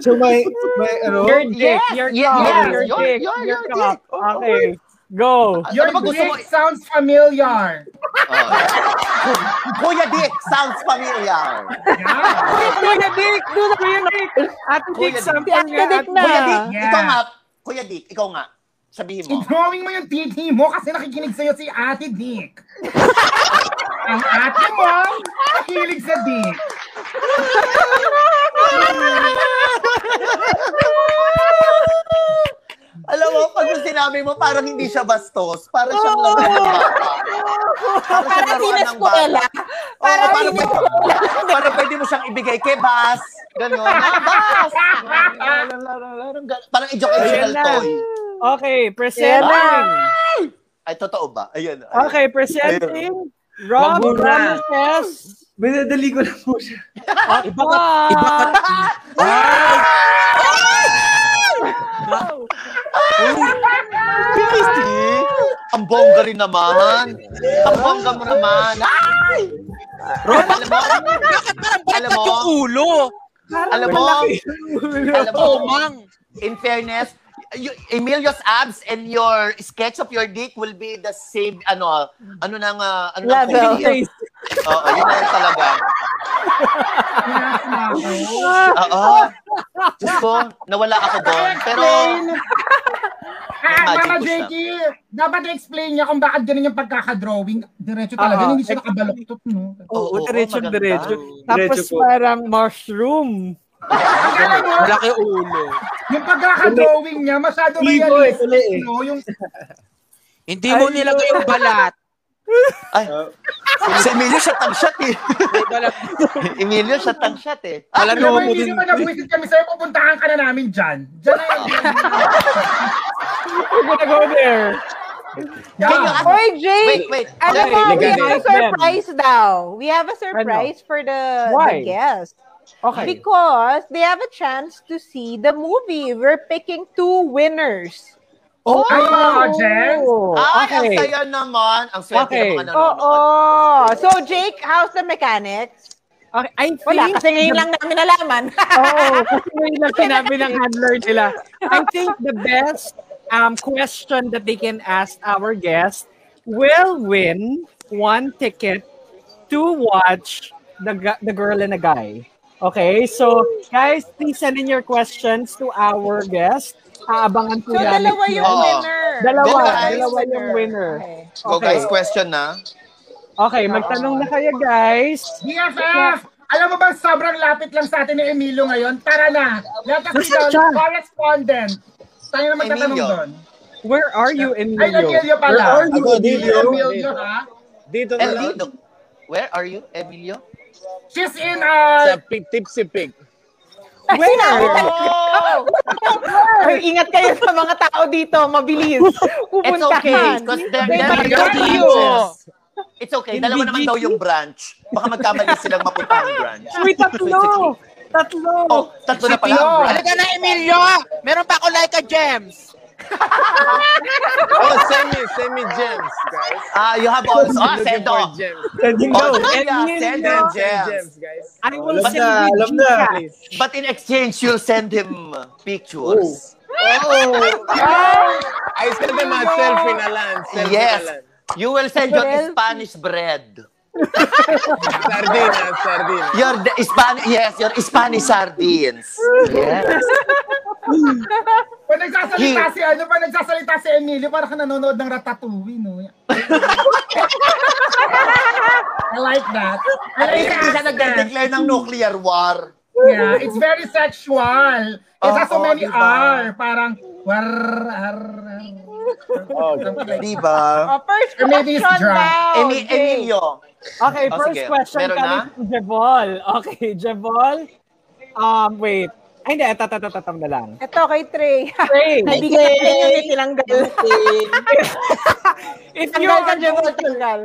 J: so may, may ano?
C: Your dick, your
B: yes,
C: cock,
B: yes,
C: your
B: your-
C: dick, your
B: your- your
C: cock.
B: dick. Oh,
C: Okay, go.
F: Your
B: Ano ba gusto mo?
F: dick sounds familiar.
B: Kuya Dick, sounds familiar.
C: Kuya Dick, doon ako yun. Ate
B: Kuya
C: Dick,
B: Dick.
C: sample
D: Ate
C: nga.
D: Dick na.
B: Kuya Dick,
F: Yeah.
B: ikaw nga. Kuya Dick, ikaw nga. Sabihin mo.
F: I-drawing mo yung titi mo kasi nakikinig sa'yo si Ate Dick. Ang ate mo, nakikinig sa Dick.
B: Alam mo, pag yung sinabi mo, parang hindi siya bastos. Parang siyang laruan ng bata. Parang
D: Parang
B: siyang laruan ng
D: sineskwela.
B: bata.
D: Parang
B: Parang, parang, Oh, pwede, parang pwede mo siyang ibigay kay Bas. Ganon. Ah, Bas! Parang educational
C: Ayan na.
B: toy.
C: Okay, presenting.
B: Ay, totoo ba? Ayan. ayan.
C: Okay, presenting. Rob
E: Wag mo na.
C: Ramoses.
J: Binadali ko na po siya.
E: Ah, Iba ka. Iba ka.
B: Christy! Ang bongga rin naman. Ang bongga mo naman. Ay! Rob, alam mo,
E: Bakit parang
B: Alam
E: baliktad
B: mo?
E: yung ulo?
B: alam mo, alam mo,
E: Oh, mang.
B: in fairness, y- Emilio's abs and your sketch of your dick will be the same, ano, ano nang, ah, ano nang
D: Level.
B: kumili. Oo, yun lang talaga. Oo. Diyos ko, nawala ako doon. Pero,
F: Ah,
B: May
F: Mama
B: magic po siya.
F: Jackie, dapat i-explain niya kung bakit ganun yung pagkakadrawing. Diretso talaga,
C: Ah,
F: hindi siya nakabaluktot, no?
C: Oo,
B: Oo, oo,
C: diretso,
B: maganda.
C: diretso. Tapos
J: Diretso po.
C: parang mushroom.
F: Akala mo,
E: Malaki ulo.
F: ano, yung pagkakadrawing niya, masyado
J: Hindi ko eh, tuloy eh.
F: realistic, no? Yung,
E: Hindi mo nilagay yung balat.
B: ay, si Emilio siya tag-shot eh.
E: May balat.
B: Emilio siya tag-shot eh.
E: Alam
F: alam mo,
E: mo
F: hindi
E: din.
F: naman nagwisit kami sa'yo, pupuntahan ka na namin dyan. Dyan na yun.
C: We're gonna go there.
B: Can you ask-
D: Oy, Jake!
B: Wait, wait.
D: Ano
B: Okay.
D: mo, we
C: Legit.
D: have a surprise daw. We have a surprise for the, the
C: Why?
D: guest.
C: Okay.
D: Because they have a chance to see the movie. We're picking two winners.
C: Oh,
F: Ay, mga audience.
B: Ay, ang
C: okay.
B: saya naman. Ang swerte
C: Okay.
B: ng mga
D: Oo.
B: nanonood.
D: So, Jake, how's the mechanics?
C: okay. I think,
D: Wala, kasi ngayon lang namin nalaman.
C: Oo, kasi ngayon lang sinabi ng handler nila. I think the best um, question that they can ask our guest will win one ticket to watch the, Gu- the girl and the guy. Okay, so guys, please send in your questions to our guest. Aabangan po
D: so,
C: namin
D: dalawa yung
B: Oo.
D: winner.
C: Dalawa,
B: Go, guys.
C: dalawa yung winner.
D: Okay.
B: Go
C: Okay.
B: guys, question na.
C: Okay, magtanong na kayo guys.
F: BFF! Alam mo ba, sobrang lapit lang sa atin ni Emilio ngayon. Tara na! Let us
C: Nasaan
F: be the
C: siya?
F: correspondent. Tayo na magtatanong
B: Emilio.
F: doon.
C: Where are you,
F: Ay,
C: Emilio?
F: Emilio pala.
J: Where are you,
F: Ako,
J: Emilio?
F: Emilio, ha?
K: Dito na lang.
B: Emilio. Where are you, Emilio?
F: She's in, uh,
K: Sa pig, tipsy pig.
C: Where?
B: Oh!
D: Ay, ingat kayo sa mga tao dito. Mabilis.
B: It's
D: Pupuntahan.
B: okay. Because there, there are
D: Emilio.
B: branches. It's okay.
C: Hindi,
B: Dalawa naman daw yung branch. Baka magkamali silang mapunta ang branch.
C: Uy, tatlo!
B: So, it's
C: Tatlo!
B: okay. Oh, tatlo na pala ang
F: Tatlo.
B: branch.
E: Halika na, Emilio! Meron pa ako like a gems.
K: Oh, send me, send me gems, guys.
B: Ah, you have also. Ah,
K: Looking
B: sendo.
K: for gems.
C: Sending
B: Oh,
C: daw.
B: Julia,
C: Emilio.
B: send
K: Send
B: him
K: gems,
B: gems.
K: guys.
C: I will
J: Alam
C: send
J: na,
C: you
J: alam na.
C: Gcash.
K: Please.
B: But in exchange, you'll send him pictures.
K: I sent them myself in a land. Selfie
B: Yes.
K: na lang.
B: You will send your
D: Well-
B: Spanish bread.
K: Sardinas, sardinas.
B: Your the Spanish, yes, your Spanish sardines. Yes.
F: pag nagsasalita
B: He-
F: si, ano pa, nagsasalita si Emilio, parang ka nanonood ng Ratatouille, no? I like that. I
L: At
F: like
L: least hindi siya
F: that.
L: nagde-declare ng nuclear war.
F: Yeah, it's very sexual. It's has so
L: Oo,
B: Oh,
F: many
L: diba?
F: R. Parang, war, ar,
L: Oh, diba?
D: Oh, first
F: Or maybe
D: question
F: it's drunk.
D: daw.
F: Emi-
D: Jay.
L: Emilio.
C: Okay,
L: Oh,
C: first
L: sige.
C: question
L: Meron
C: kami
L: na?
C: from Jevol. Okay, Jevol. Um, wait. Ay, hindi. Ito, ito, ito, ito, ito na lang.
D: Ito kay Trey.
C: Trey.
D: Nabigyan na Trey yung itinanggal.
C: If you
D: Tanggal ka,
C: are,
D: Jebol, tanggal.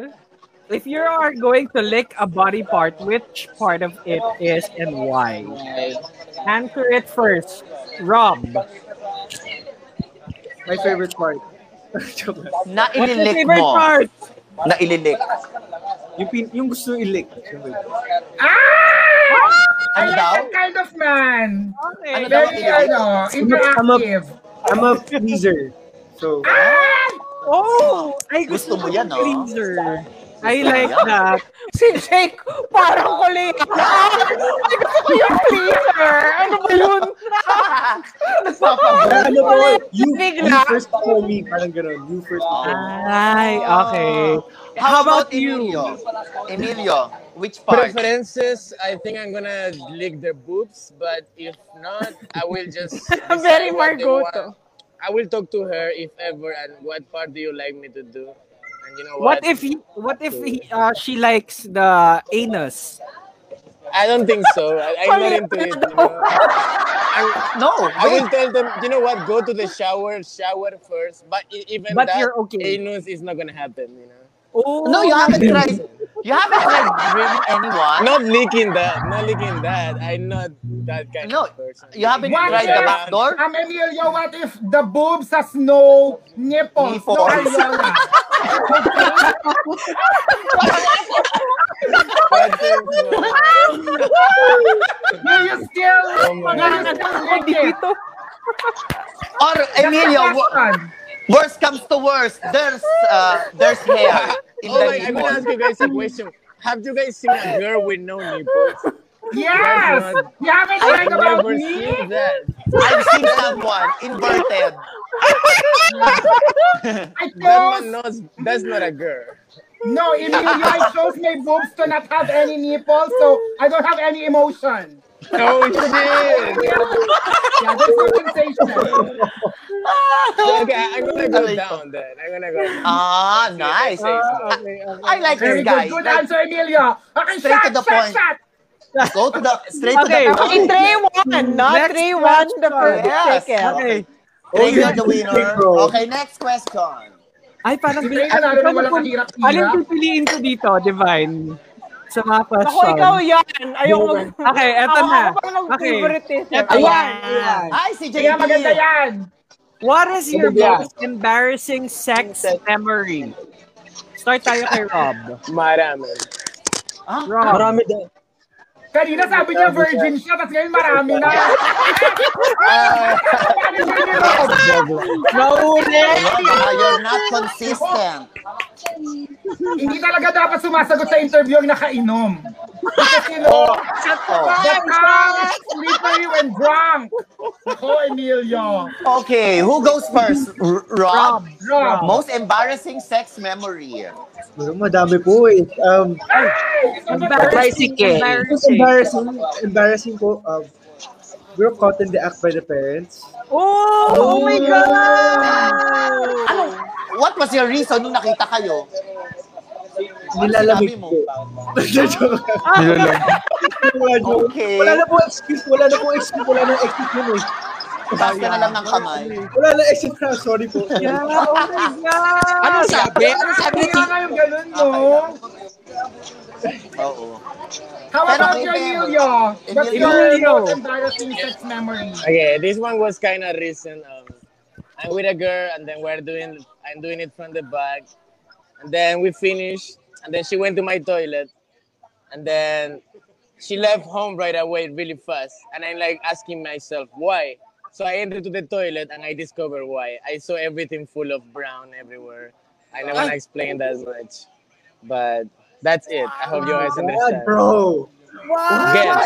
C: if you are going to lick a body part, which part of it is and why? Answer it first. Rob.
J: My favorite part.
B: Na
C: What's your
B: ililik
C: favorite
B: mo.
C: part?
B: Na ililik.
J: Yung, pin- yung gusto ilik. syempre.
F: Ah! I
B: Ano
F: like
B: daw?
F: that kind of man.
C: Okay.
B: Ano daw ang
F: Very,
B: ililik?
F: ano,
J: I'm a- I'm a-
F: interactive.
J: I'm a pleaser. So,
F: Ah!
C: Oh, ay gusto,
B: Gusto mo
C: mo
B: yan,
C: yan,
B: oh.
C: Freezer. I
B: Gusto mo
C: like
B: yan.
C: that.
D: Si Jake, parang kulit. Ay, gusto ko yung cleaner. Ano ba yun?
J: parang ano po, you,
D: Bigla.
J: you first for me. Parang ganun. You first for me.
C: Ay, okay.
F: Oh,
B: How about Emilio? Emilio, which part?
K: Preferences, I think I'm gonna lick their boobs, but if not, I will just. decide
D: Very
K: what they
D: Margot.
K: want. I will talk to her if ever, and what part do you like me to do? And you know
C: What
K: what?
C: if he, what if he, uh, she likes the anus?
K: I don't think so. I, I'm not into it. you know? I,
B: No,
K: I
B: wait.
K: will tell them, you know what? Go to the shower, shower first. But e- even
C: But
K: that,
C: you're okay.
K: anus is not gonna happen. You know,
C: Oh,
B: No, you haven't tried. You haven't tried really anyone.
K: not licking that, not licking that. I'm not that kind
B: No,
K: of person.
B: You haven't
F: What
B: tried the
F: if-
B: back door?
F: Um, Emilio, what if the boobs has no nipples? No
B: Nipples.
F: areola.
K: But, uh,
F: Will you still,
K: Oh my
F: will you still lick it?
B: Or Emilio,
F: That's the
B: wo-
F: question.
B: worst comes to worst, there's uh, there's hair in
K: oh
B: the
K: my, I'm gonna ask
B: nipple.
K: you guys a question. Have you guys seen a girl with no nipples?
F: Yes! You haven't
K: I've
F: heard about
K: never
F: me?
K: seen that.
B: I've seen someone inverted.
F: I
K: That
F: chose,
K: man knows that's not a girl.
F: no, Emilio, I chose my boobs to not have any nipples, so I don't have any emotion.
K: Oh shit!
F: Yeah, there's no sensation.
K: Okay, I'm gonna go down then. I'm gonna go. Down.
B: Ah, nice. I like
F: Very
B: this
F: good.
B: guy.
F: Good
B: Like,
F: answer, Emilio. Okay,
B: Straight
F: shot,
B: to the
F: shot,
B: point.
F: shot.
B: go to the straight
C: Okay.
B: to the
D: Okay, Trey won. Not
C: Next
D: Trey won the
C: question.
D: first
B: Yes.
D: ticket.
C: Okay.
B: Trey, you're the
J: Okay,
B: winner.
J: bro.
B: Okay, next question.
C: Ay, parang
F: Hindi ka naroon na walang
C: kung-
F: kahirap-hirap.
C: Anong pipiliin ko dito, Divine? Sa mga
D: Ako,
C: question.
D: ikaw yan. Ayaw mo.
C: Okay, eto na. Okay.
D: favorite
C: Eto
D: Ayan.
C: yan. Ayan.
B: Hi, si
F: Kaya
B: JB.
F: maganda yan.
C: What is your
K: Ano ba?
C: most embarrassing sex memory? Start tayo kay Rob.
K: Marami.
C: Rob.
K: daw.
F: Kanina sabi niya virgin siya, tapos ngayon marami na.
B: Uh,
F: Ano ba yun, Rob?
B: Rob, You're not consistent.
F: Hindi talaga dapat sumasagot sa interview ang nakainom. Kasi no,
B: Oh.
F: the tongue is slippery when drunk. Ako, Emilio.
B: Okay, who goes first? R- Rob?
F: Rob.
B: Most embarrassing sex memory.
J: Pero madami po eh. Um,
C: Embarrassing.
J: Most
C: Embarrassing.
J: embarrassing, embarrassing po, um, we were caught in the act by the parents.
C: Oh, oh my God!
B: Ano? What was your reason nung nakita kayo?
J: Nilalamig
B: Sinabi mo.
J: po. Joke. Wala, joke.
B: Okay.
J: Wala na po excuse, wala na po excuse, wala na excuse yun eh.
B: Taas ka na lang ng kamay.
J: Wala na excuse na, sorry po.
C: Yeah, oh my God!
E: Ano sabi? Ano sabi ni
F: Kaya nga yung ganun, no?
B: Oo.
F: How
B: Pero
F: about
B: kay
F: you,
B: Ben.
F: Emilio? What's your
C: Emilio.
F: most embarrassing sex memory?
K: Okay, this one was kind of recent. Um, I'm with a girl, and then we're doing. I'm doing it from the back, and then we finished, and then she went to my toilet, and then she left home right away, really fast. And I'm like asking myself why. So I entered to the toilet, and I discovered why. I saw everything full of brown everywhere. I never wanna explain that much, but that's it. I hope you guys
J: God,
K: understand.
J: bro.
K: Yes,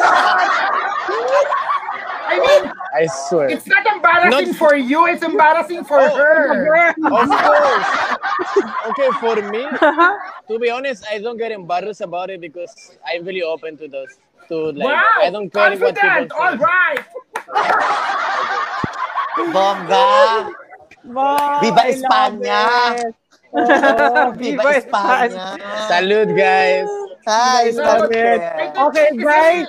F: I mean,
K: I swear.
F: it's not embarrassing
K: Not-
F: for you, it's embarrassing for her.
K: Of course. okay, for me,
F: Uh-huh.
K: to be honest, I don't get embarrassed about it because I'm really open to those. To like,
F: wow!
K: I don't care what people
F: Confident! All right!
B: Bongga!
D: Wow,
B: Viva
K: I love
B: Espanya!
K: it.
B: Oo,
C: Oh.
B: Viva Espanya!
K: Salud, guys.
B: Hi,
F: Love it.
C: Okay, guys.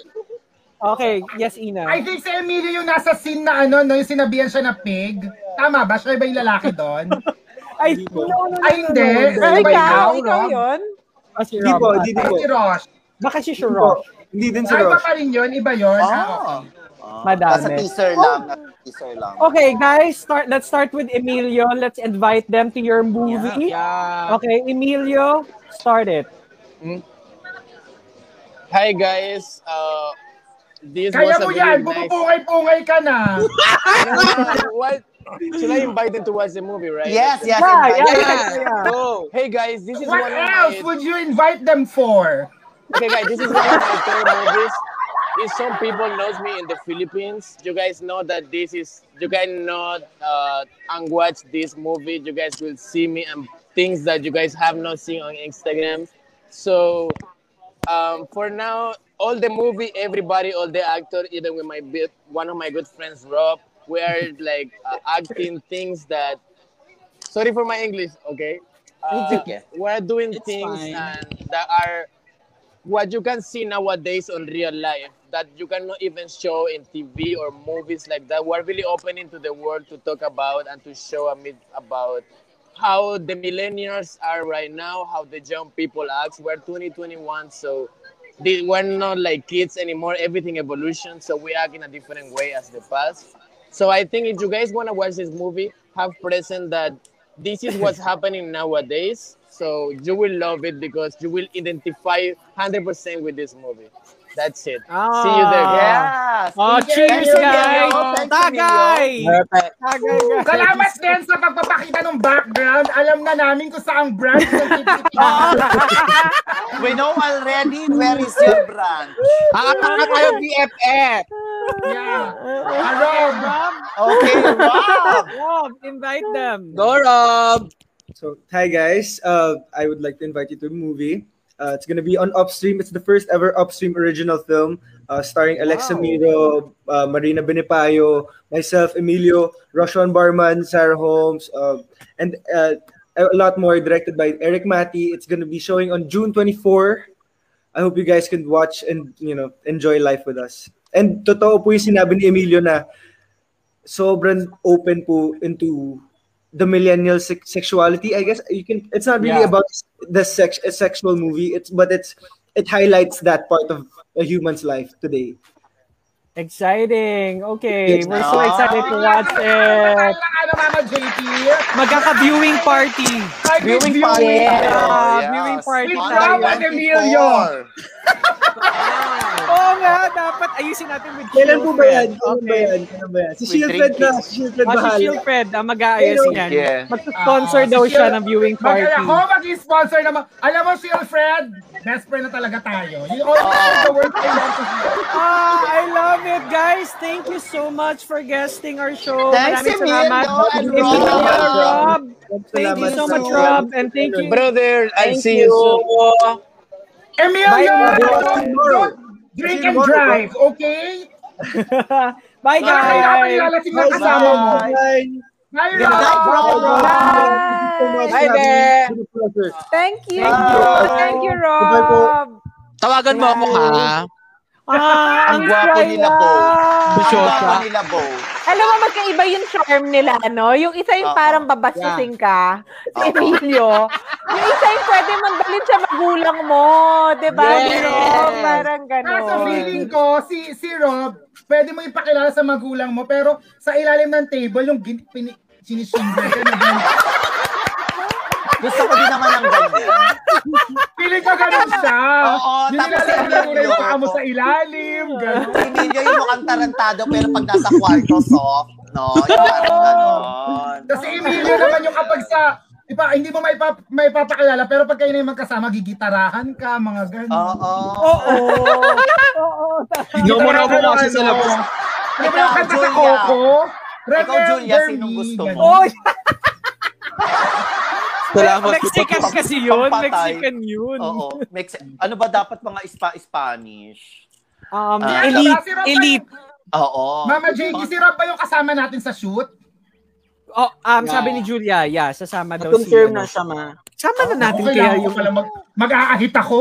C: Okay, yes, Ina.
F: I think si Emilio yung nasa scene na ano, no, yung sinabihan siya na pig. Tama ba? Siya ba yung lalaki doon?
C: Ay, no, no, no,
F: Ay,
C: no,
F: hindi.
C: no, no, no.
F: Siya ba
C: Ikaw,
F: yung
C: ikaw
F: Rob?
C: yun? Ah, si
J: Di
C: Rob
J: po,
C: ata.
J: di po.
F: Si Rosh.
C: Baka si Rosh.
J: Hindi din si
F: Ay,
J: Rosh.
F: pa rin yun? Iba yun? Ah, okay.
C: Madami.
B: Oh.
C: Oh.
B: Nasa teaser lang. Nasa teaser lang.
C: Okay, guys, start. Let's start with Emilio. Let's invite them to your movie. Okay, Emilio, start it.
K: Hi, guys. Uh, this
F: Kaya
K: was a
F: mo
K: really
F: yan!
K: nice...
F: Pupupungay-pungay ka na!
K: what? Should I invite them to watch the movie, right?
F: Yes, yes,
K: Yeah,
F: invite
K: yeah,
F: them.
K: yeah, yeah. Go. Hey, guys, this is
F: What
K: one of
F: else
K: my...
F: would you invite them for?
K: Okay, guys, this is one of my favorite movies. If some people knows me in the Philippines, you guys know that this is you guys know uh, and watch this movie. You guys will see me and things that you guys have not seen on Instagram. So um, for now, all the movie, everybody, all the actor, even with my bit, one of my good friends Rob, we are like uh, acting things that. Sorry for my English. Okay.
E: It's okay.
K: We're doing
E: It's
K: things
E: fine.
K: and that are what you can see nowadays on real life that you cannot even show in TV or movies like that. We're really opening to the world to talk about and to show a bit about how the millennials are right now, how the young people act. We're 2021, so they, we're not like kids anymore. Everything evolution, so we act in a different way as the past. So I think if you guys want to watch this movie, have present that this is what's happening nowadays. So you will love it because you will identify 100% with this movie. That's it. See you there.
F: Ah.
K: guys.
F: Yes. Oh, cheers, Thank you, guys. Emilio. Thank you, Tagay. Salamat din sa pagpapakita ng background. Alam na namin kung saang brand ng
B: We know already where is your branch.
E: Aatakan kayo, BFF.
F: Yeah. Rob.
B: Okay,
C: Rob. Rob, invite them.
E: Go, Rob.
J: So, hi guys. Uh, I would like to invite you to a movie. Uh, it's gonna be on Upstream. It's the first ever Upstream original film, uh, starring Alexa Miro, uh, Marina Benipayo, myself, Emilio, Roshan Barman, Sarah Holmes, uh, and uh, a lot more. Directed by Eric Mati. It's gonna be showing on June 24. I hope you guys can watch and you know enjoy life with us. And totoo po yung sinabi ni Emilio na sobrang open po into the millennial sex- sexuality. I guess you can. It's not really
K: Yeah.
J: about the sex a sexual movie. It's but it's it highlights that part of a human's life today.
C: Exciting. Okay,
J: Yes.
C: we're so excited to watch it.
F: Ano, Mama JP?
C: Magkaka-viewing party.
F: Ay,
B: Viewing
F: viewing.
B: party.
C: Yeah,
B: Yes.
C: viewing party
F: With
C: tayo.
F: Rob and Emilio.
C: Oo nga, dapat ayusin natin with
J: Kailan po ba yan? Kailan ba
C: Okay.
J: yan? Kailan ba yan? Si
C: With
J: Shieldred na.
C: drinkies.
J: Si Shieldred
C: Ah, si
J: bahala.
C: Shieldred ang mag-aayos
J: Hello.
C: niyan.
J: Yeah.
C: Mag-sponsor
F: Ah,
C: daw
F: si
C: siya
F: Shil-
C: ng viewing
F: Mag-
C: party.
F: Ako mag-sponsor naman. Alam mo, Phil Fred, best friend na talaga tayo. You always
B: Oh.
F: have the word I want to hear.
C: Ah, I love it, guys. Thank you so much for guesting our show.
B: Thanks,
C: Maraming
B: Emilio
C: salamat.
B: and
C: Emilio,
B: Rob.
C: Rob. Thank you
J: Salamat
C: so
J: sa
C: much,
J: oras.
C: Rob. And thank you.
K: Brother, I'll
C: Thank
K: see you,
C: you.
K: soon.
C: Bye,
F: Emilio!
C: Emilio.
F: Don't drink and drive, okay?
C: Bye,
F: Para kailangan
C: guys.
F: ilalasing na kasama mo.
J: Bye.
F: Bye,
J: Good night,
F: Rob!
J: Rob.
K: Bye, there.
D: Thank you.
J: Thank you.
D: Thank you,
J: Goodbye po.
D: Rob.
E: Tawagan mo ako, ha?
C: Ah,
B: Ang gwapo nila po. Ang gwapo nila po.
D: Alam mo, magkaiba yung charm nila, ano? Yung isa yung
B: Oo.
D: parang babasusin ka, si Emilio. yung isa yung pwede mandalin sa magulang mo, di ba?
E: Yes.
D: Di ba? Parang
F: Kaso
D: gano'n.
F: feeling ko, si, si Rob, pwede mo ipakilala sa magulang mo, pero sa ilalim ng table, yung gin, pin, sinisinggan ka na din.
B: Gusto ko din naman ang ganyan.
F: Feeling ko ganun siya.
B: Oo,
F: yung
B: tapos
F: nilalagyan mo na yung
B: Emilio.
F: paa mo sa ilalim. Ganun.
B: Emilio yung mukhang tarantado pero pag nasa kwarto soft, no? Yung parang ganon.
F: Kasi Emilio naman yung kapag sa, ipa, hindi mo maipa, maipapakilala, pero pag kayo na yung magkasama, gigitarahan ka, mga ganun.
B: Oo.
C: Oo.
F: Gitarahan
K: mo na
F: ka ng
K: bumasa sa
F: ano.
K: labas.
F: Ano ba yung kanta sa
B: Julia.
F: Coco?
B: Ikaw, Julia,
F: Remember
B: sinong
F: me,
B: gusto mo?
F: ganun.
C: Oh,
E: Salamat po.
B: Mexican
M: kasi yun.
B: Pampatay.
M: Mexican yun.
B: Oo. Mex- ano ba dapat mga ispa Spanish?
C: Um,
B: Ah,
F: elite,
B: dapat-
F: elite.
B: Oo.
F: Mama JG, si Rob ba yung kasama natin sa shoot?
M: Oh, um,
F: Yeah.
M: sabi ni Julia, yeah, sasama daw si...
F: Na-confirm na
M: siya, ma. Sama na natin
F: Oh, Ako,
M: kaya
F: kailangan ko
M: yung...
F: pala mag, mag-aahit ako.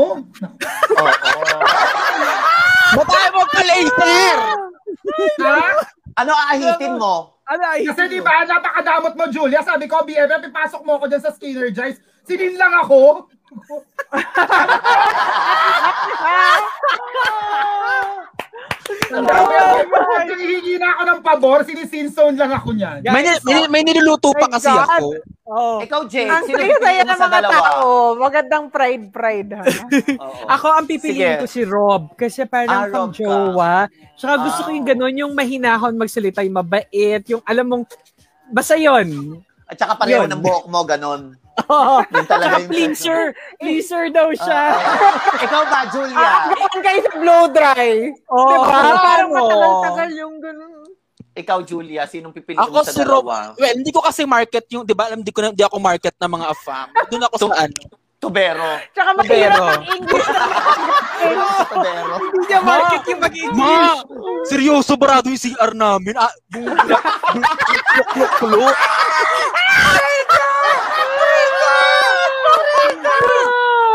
E: Ba't tayo magka-laser?
B: Ano aahitin mo?
M: Ano
F: Kasi di ba, napakadamot mo, Julia. Sabi ko, BFF, ipasok mo ako dyan sa Skinner Jives. Sinin lang ako. Ang dami ako. Pag Nangihingi na ako ng pabor, sinisinson lang ako niyan.
E: May, may, may niluluto pa kasi ako.
D: Oh.
B: Ikaw, Jay,
D: Ang
B: sino
D: saya-saya
B: pipiliin mo
D: ng
B: sa
D: mga
B: dalawa?
D: tao. Magandang pride-pride. ha?
M: Ako ang pipiliin
D: Sige.
M: ko si Rob kasi parang
D: Ah, Rob
M: pang jowa. Tsaka gusto ko yung ganun, yung mahinahon magsalita, yung mabait, yung alam mong, basta yun.
B: At saka pareho ng buhok mo, ganon.
M: Oo.
B: Yun talaga
M: Tsaka
B: yung-
M: pleaser, pleaser daw siya.
B: Ikaw ba, Julia?
C: Ah.
D: Gawan kayo sa blow dry.
E: Oh,
M: Oo,
D: Diba? Parang
M: ano?
D: matagal-tagal yung ganun.
B: Ikaw, Julia, sinong pipiliin
E: Ako
B: mo sa
E: si Rob.
B: dalawa?
E: Well, hindi ko kasi market yung, di ba, alam, di ko na, di ako market ng mga afam. Doon ako sa ano.
B: Tubero.
D: Tsaka
E: Tubero.
D: mahirap mag-English.
B: Tubero.
M: Hindi niya market yung mag-English.
E: Ma, seryoso, barado yung CR namin. Ah, bumulak. Kulo.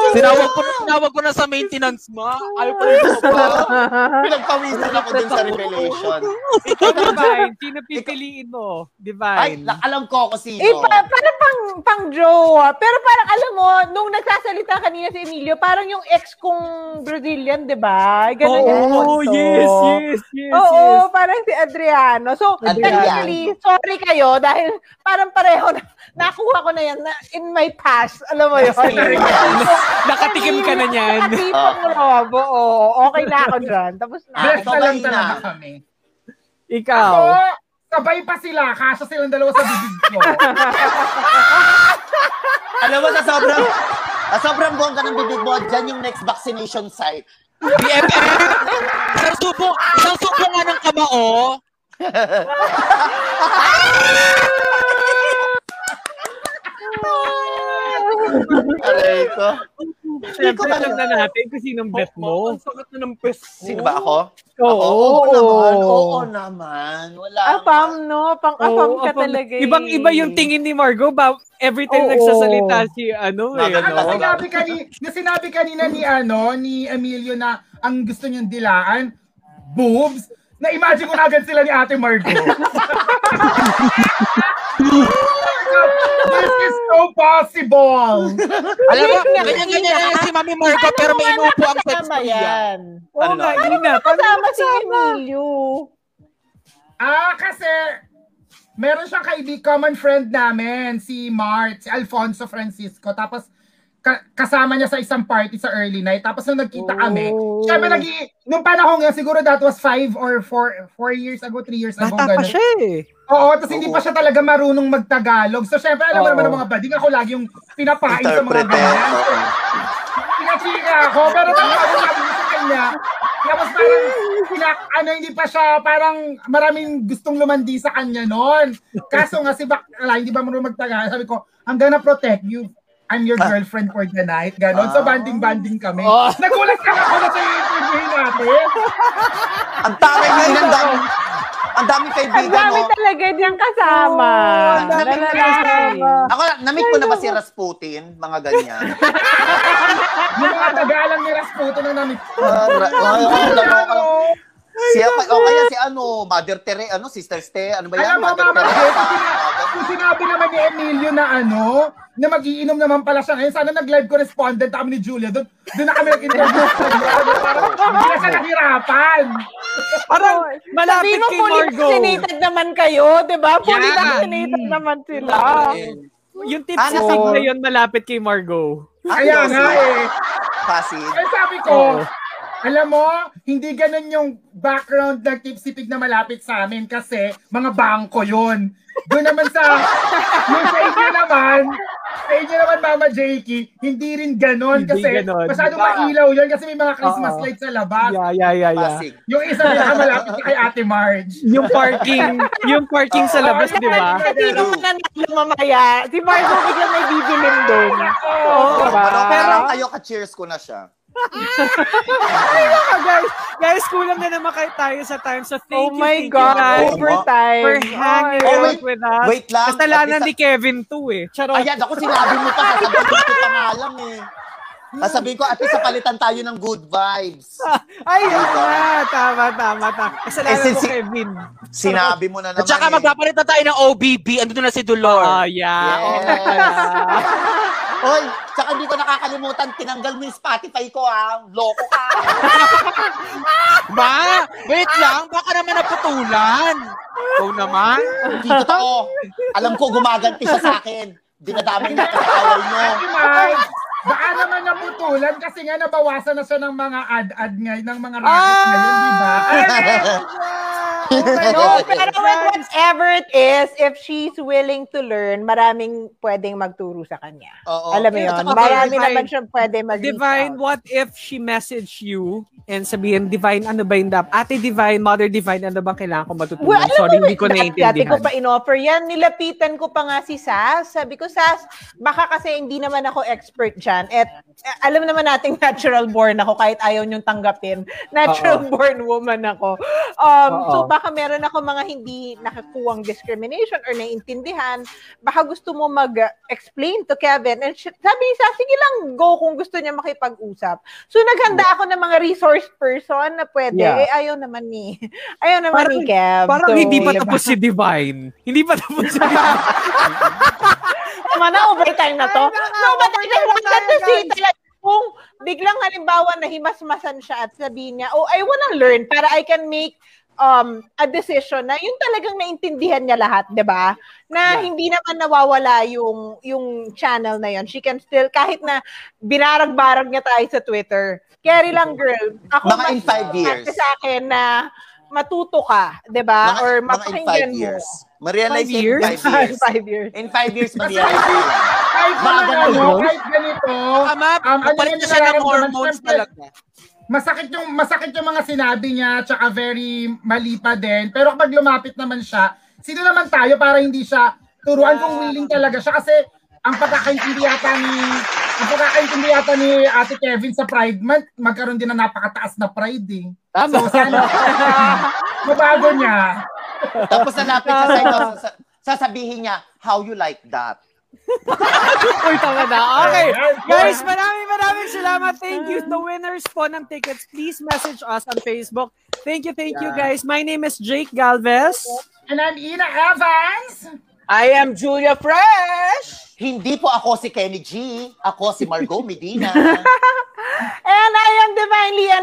E: Tinawag ko, tinawag ko na sa maintenance, ma. Ayaw pa rin ako pa.
B: Pinagpawisan ako dun sa revelation.
M: Ikaw, Divine, sino pipiliin mo? Divine.
B: Ay, alam ko ako sino.
D: Eh, pa, parang pang, pang jowa. Pero parang alam mo, nung nagsasalita kanina si Emilio, parang yung ex kong Brazilian, di ba? Ganun yung
M: Oh,
D: kwento.
M: yes, yes, yes,
D: Oo,
M: yes.
D: parang si Adriano. So,
M: Adriano.
D: technically, sorry kayo dahil parang pareho na, nakuha ko na yan na, in my past. Alam mo yun?
M: Nakatikim ka na niyan.
D: Nakatipang robo. Oo, okay na ako dyan. Tapos na.
F: Best na lang talaga kami.
M: Ikaw.
F: Ako, sabay pa sila, kaso silang dalawa sa bibig ko.
B: Alam mo, sa sobrang, sa sobrang bongga ng bibig mo, dyan yung next vaccination site.
E: BFF! Isang subo, isang subo nga ng kamao.
B: Aray ko.
M: Siyempre, alam na natin kung sinong bet mo. Ang sakit na ng bet ko.
B: Sino ba ako?
M: Oo.
B: Ako? Oo naman. Oo naman. Wala.
C: Ah,
D: Apam, no? Pang-apam
M: Oo,
D: ka
M: apam.
D: talaga. eh.
M: Ibang-iba yung tingin ni Margo ba? Every time
D: Oo.
M: nagsasalita si ano eh.
F: Ano
M: no?
F: sinabi kanina, na sinabi kanina ni ano, ni Emilio na ang gusto niyang dilaan, boobs, na imagine ko na agad sila ni Ate Margo. This is so possible.
E: Alam mo,
D: Hindi,
E: ganyan-ganyan
D: hindi.
E: lang si Mami Marco,
D: Paano
E: pero may
D: Ano mo nga
E: inuupo ang sex
D: nakasama
E: niya.
D: yan?
F: Oo
E: Ano?
F: nga,
D: Paano
F: yun na,
D: mo
F: paano
D: kasama si
F: kasama?
D: Emilio?
F: Ah, kasi meron siyang kaibig, common friend namin, si Mart, si Alfonso Francisco. Tapos ka- kasama niya sa isang party sa early night. Tapos nung nagkita kami,
M: Oh.
F: syempre nag nung panahon nga, siguro that was five or four, four years ago, three years ago.
M: Bata pa
F: ganun.
M: siya eh.
F: Oo, tapos hindi pa siya talaga marunong magtagalog. So syempre, alam mo
M: Oo.
F: naman ng mga bading, ako lagi yung pinapain sa mga
B: Interpreter.
F: ganyan.
B: Oo.
F: Pinachika ako, pero talaga ako sabi ko sa kanya. Tapos parang, pina, ano, hindi pa siya, parang maraming gustong lumandi sa kanya noon. Kaso nga si Bakla, hindi ba marunong magtagalog? Sabi ko, I'm gonna protect you. I'm your girlfriend for the night. Ganon. So,
B: Ah.
F: banding-banding kami.
B: Ah.
F: Nagulat ka ako na siya yung interviewin natin.
B: Ang dami ng ang dami. Ang dami
D: Ang
B: kaibigan,
D: dami
B: no?
D: talaga niyang kasama.
B: Ang dami kaibigan.
D: Lalalala.
B: Ako, namit mo na ba si Rasputin? Mga ganyan.
F: Yung mga tagalang ni Rasputo na namin. Ano?
B: Ah, ra- ah, ah, Si, o kaya si ano, Mother Tere, ano, Sister Ste, ano ba yan?
F: Alam mo,
B: Mother
F: Mama
B: Teresa.
F: Jessica, Kung sinabi naman ni Emilio na ano, na magiinom naman pala siya ngayon, sana nag-live correspondent kami ni Julia. Doon doon na kami nag-interview. Parang hindi na siya nahirapan.
M: Parang
D: Sabihin
M: malapit
D: mo,
M: kay
D: fully
M: Margo.
D: vaccinated naman kayo, di ba? Fully
M: Yeah.
D: vaccinated
C: Hmm.
D: naman sila.
M: Yung
B: Ah,
M: tipsig
B: nasa-
M: na yun malapit kay Margo.
F: Kaya
B: Ano,
F: nga
B: si-
F: eh.
B: Pasig.
F: Eh sabi ko,
M: Oo.
F: alam mo, hindi ganun yung background ng tipsipig na malapit sa amin kasi mga bangko yun. Doon naman sa, yung sa inyo naman, Sa inyo naman, Mama Jakey, hindi rin ganon
C: Hindi
F: kasi
C: ganon.
F: masyadong
C: Iba.
F: mailaw yun kasi may mga Christmas
C: Oo.
F: lights sa labas.
C: Yeah, yeah, yeah, yeah. Pasig.
F: Yung isa malapit na kay Ate Marge.
C: Yung parking, yung parking sa labas, di ba?
D: Sino mananalo mamaya? Si Margo biglang may bibilin doon.
C: Oo, diba?
B: Pero parang kayo ka-cheers ko na siya.
C: Ay, naka, guys. Guys, kulang na naman kayo tayo sa time. So, thank
D: Oh
C: you,
D: my
C: thank you,
D: God,
C: guys,
D: overtime.
C: For hanging
B: Oh,
C: out
B: wait,
C: with us.
B: wait lang.
C: Kasalanan
B: At isa-
C: ni Kevin to eh. Charot.
B: Ayan, ako sinabi mo pa, sasabihin ko pa nga alam eh. Sasabihin ko, at least sa palitan tayo ng good vibes.
C: Ay, yun na. Tama, tama, tama. Kasalanan
B: Eh, sin-
C: ko, Kevin.
B: Sinabi mo na
E: At
B: naman
E: saka
B: eh.
E: magpapalit na tayo ng OBB. Andun na si Dolor.
C: Oh, yeah.
B: Oy, tsaka hindi ko nakakalimutan, tinanggal mo yung Spotify ko ah. Loko ka.
E: Ma, wait lang. Baka naman naputulan. Ikaw naman.
B: Hindi totoo. Alam ko, gumaganti siya sa akin. Dinadamay na ang away mo.
F: Ate Marge, baka naman naputulan kasi nga nabawasan na siya ng mga ad-ad ngayon, ng mga racket ngayon, di ba?
D: No, pero with whatever it is, if she's willing to learn, maraming pwedeng magturo sa kanya.
C: Oo.
D: Alam mo
C: At
D: yun,
C: saka
D: marami
C: divine-
D: naman siya pwede mag
C: Divine, what if she message you and sabihin, Divine, ano ba yung dapat? Ate Divine, Mother Divine, ano ba kailangan ko matutunan?
D: Well, alam
C: Sorry,
D: mo,
C: hindi ko
D: dati- Dati ko
C: naiintindihan.
D: pa in-offer yan. Nilapitan ko pa nga si Sas. Sabi ko, Sas, baka kasi hindi naman ako expert dyan. At eh, alam naman nating natural born ako kahit ayaw niyong tanggapin. Natural
C: Oo.
D: born woman ako. Um,
C: Oo.
D: so baka meron ako mga hindi nakakuwang discrimination or naiintindihan. Baka gusto mo mag-explain to Kevin. And she- sabi ni Sas, sige lang, go kung gusto niya makipag-usap. So naghanda ako ng mga resource person na pwede.
C: Yeah.
D: Eh, ayaw naman ni. Ayaw naman
C: Parang-
D: ni Kev.
C: Parang
D: So,
C: hindi pa
D: diba?
C: tapos si Divine. Hindi pa tapos si Divine.
D: Tama na, overtime na to. no, but I just wanted to see talaga kung biglang halimbawa na himasmasan siya at sabihin niya, oh, I wanna learn para I can make um a decision na yun talagang naintindihan niya lahat, 'di ba? Na hindi naman nawawala yung yung channel na yun. She can still kahit na binarag-barag niya tayo sa Twitter. Carry lang girl. Ako
B: Mga
D: mas
B: Mm-hmm. in five years.
D: importante sa akin na matuto ka, 'di ba?
B: Mga-
D: Or
B: mga in five
D: mapakinggan mo.
B: years. Marealize
D: Five
B: niya in
D: years?
B: five years.
D: Five years.
B: In five years, marealize niya.
F: Kahit
B: Baka
F: naman
B: ganun
F: ano,
B: yun?
F: kahit ganito, um, ano
E: Kapalit
F: yung
E: na siya ng
F: nararamdaman?
E: hormones
F: Siyempre,
E: talaga.
F: masakit yung masakit yung mga sinabi niya tsaka very mali pa din pero kapag lumapit naman siya sino naman tayo para hindi siya turuan kung willing talaga siya kasi ang pagkakaintindi yata ni ang pagkakaintindi yata ni Ate Kevin sa Pride Month magkaroon din na napakataas na pride eh.
C: Tama.
F: So sana mabago niya.
B: Tapos nalapit siya sa ikaw, sasa- sasabihin niya, how you like that?
C: Uy, tama na. Okay. Guys, maraming maraming salamat. Thank you to winners po ng tickets. Please message us on Facebook. Thank you, thank you, guys. My name is Jake Galvez.
F: And I'm Ina Evans.
E: I am Julia Fresh.
B: Hindi po ako si Kenny G. Ako si Margot Medina.
D: And I am Divinely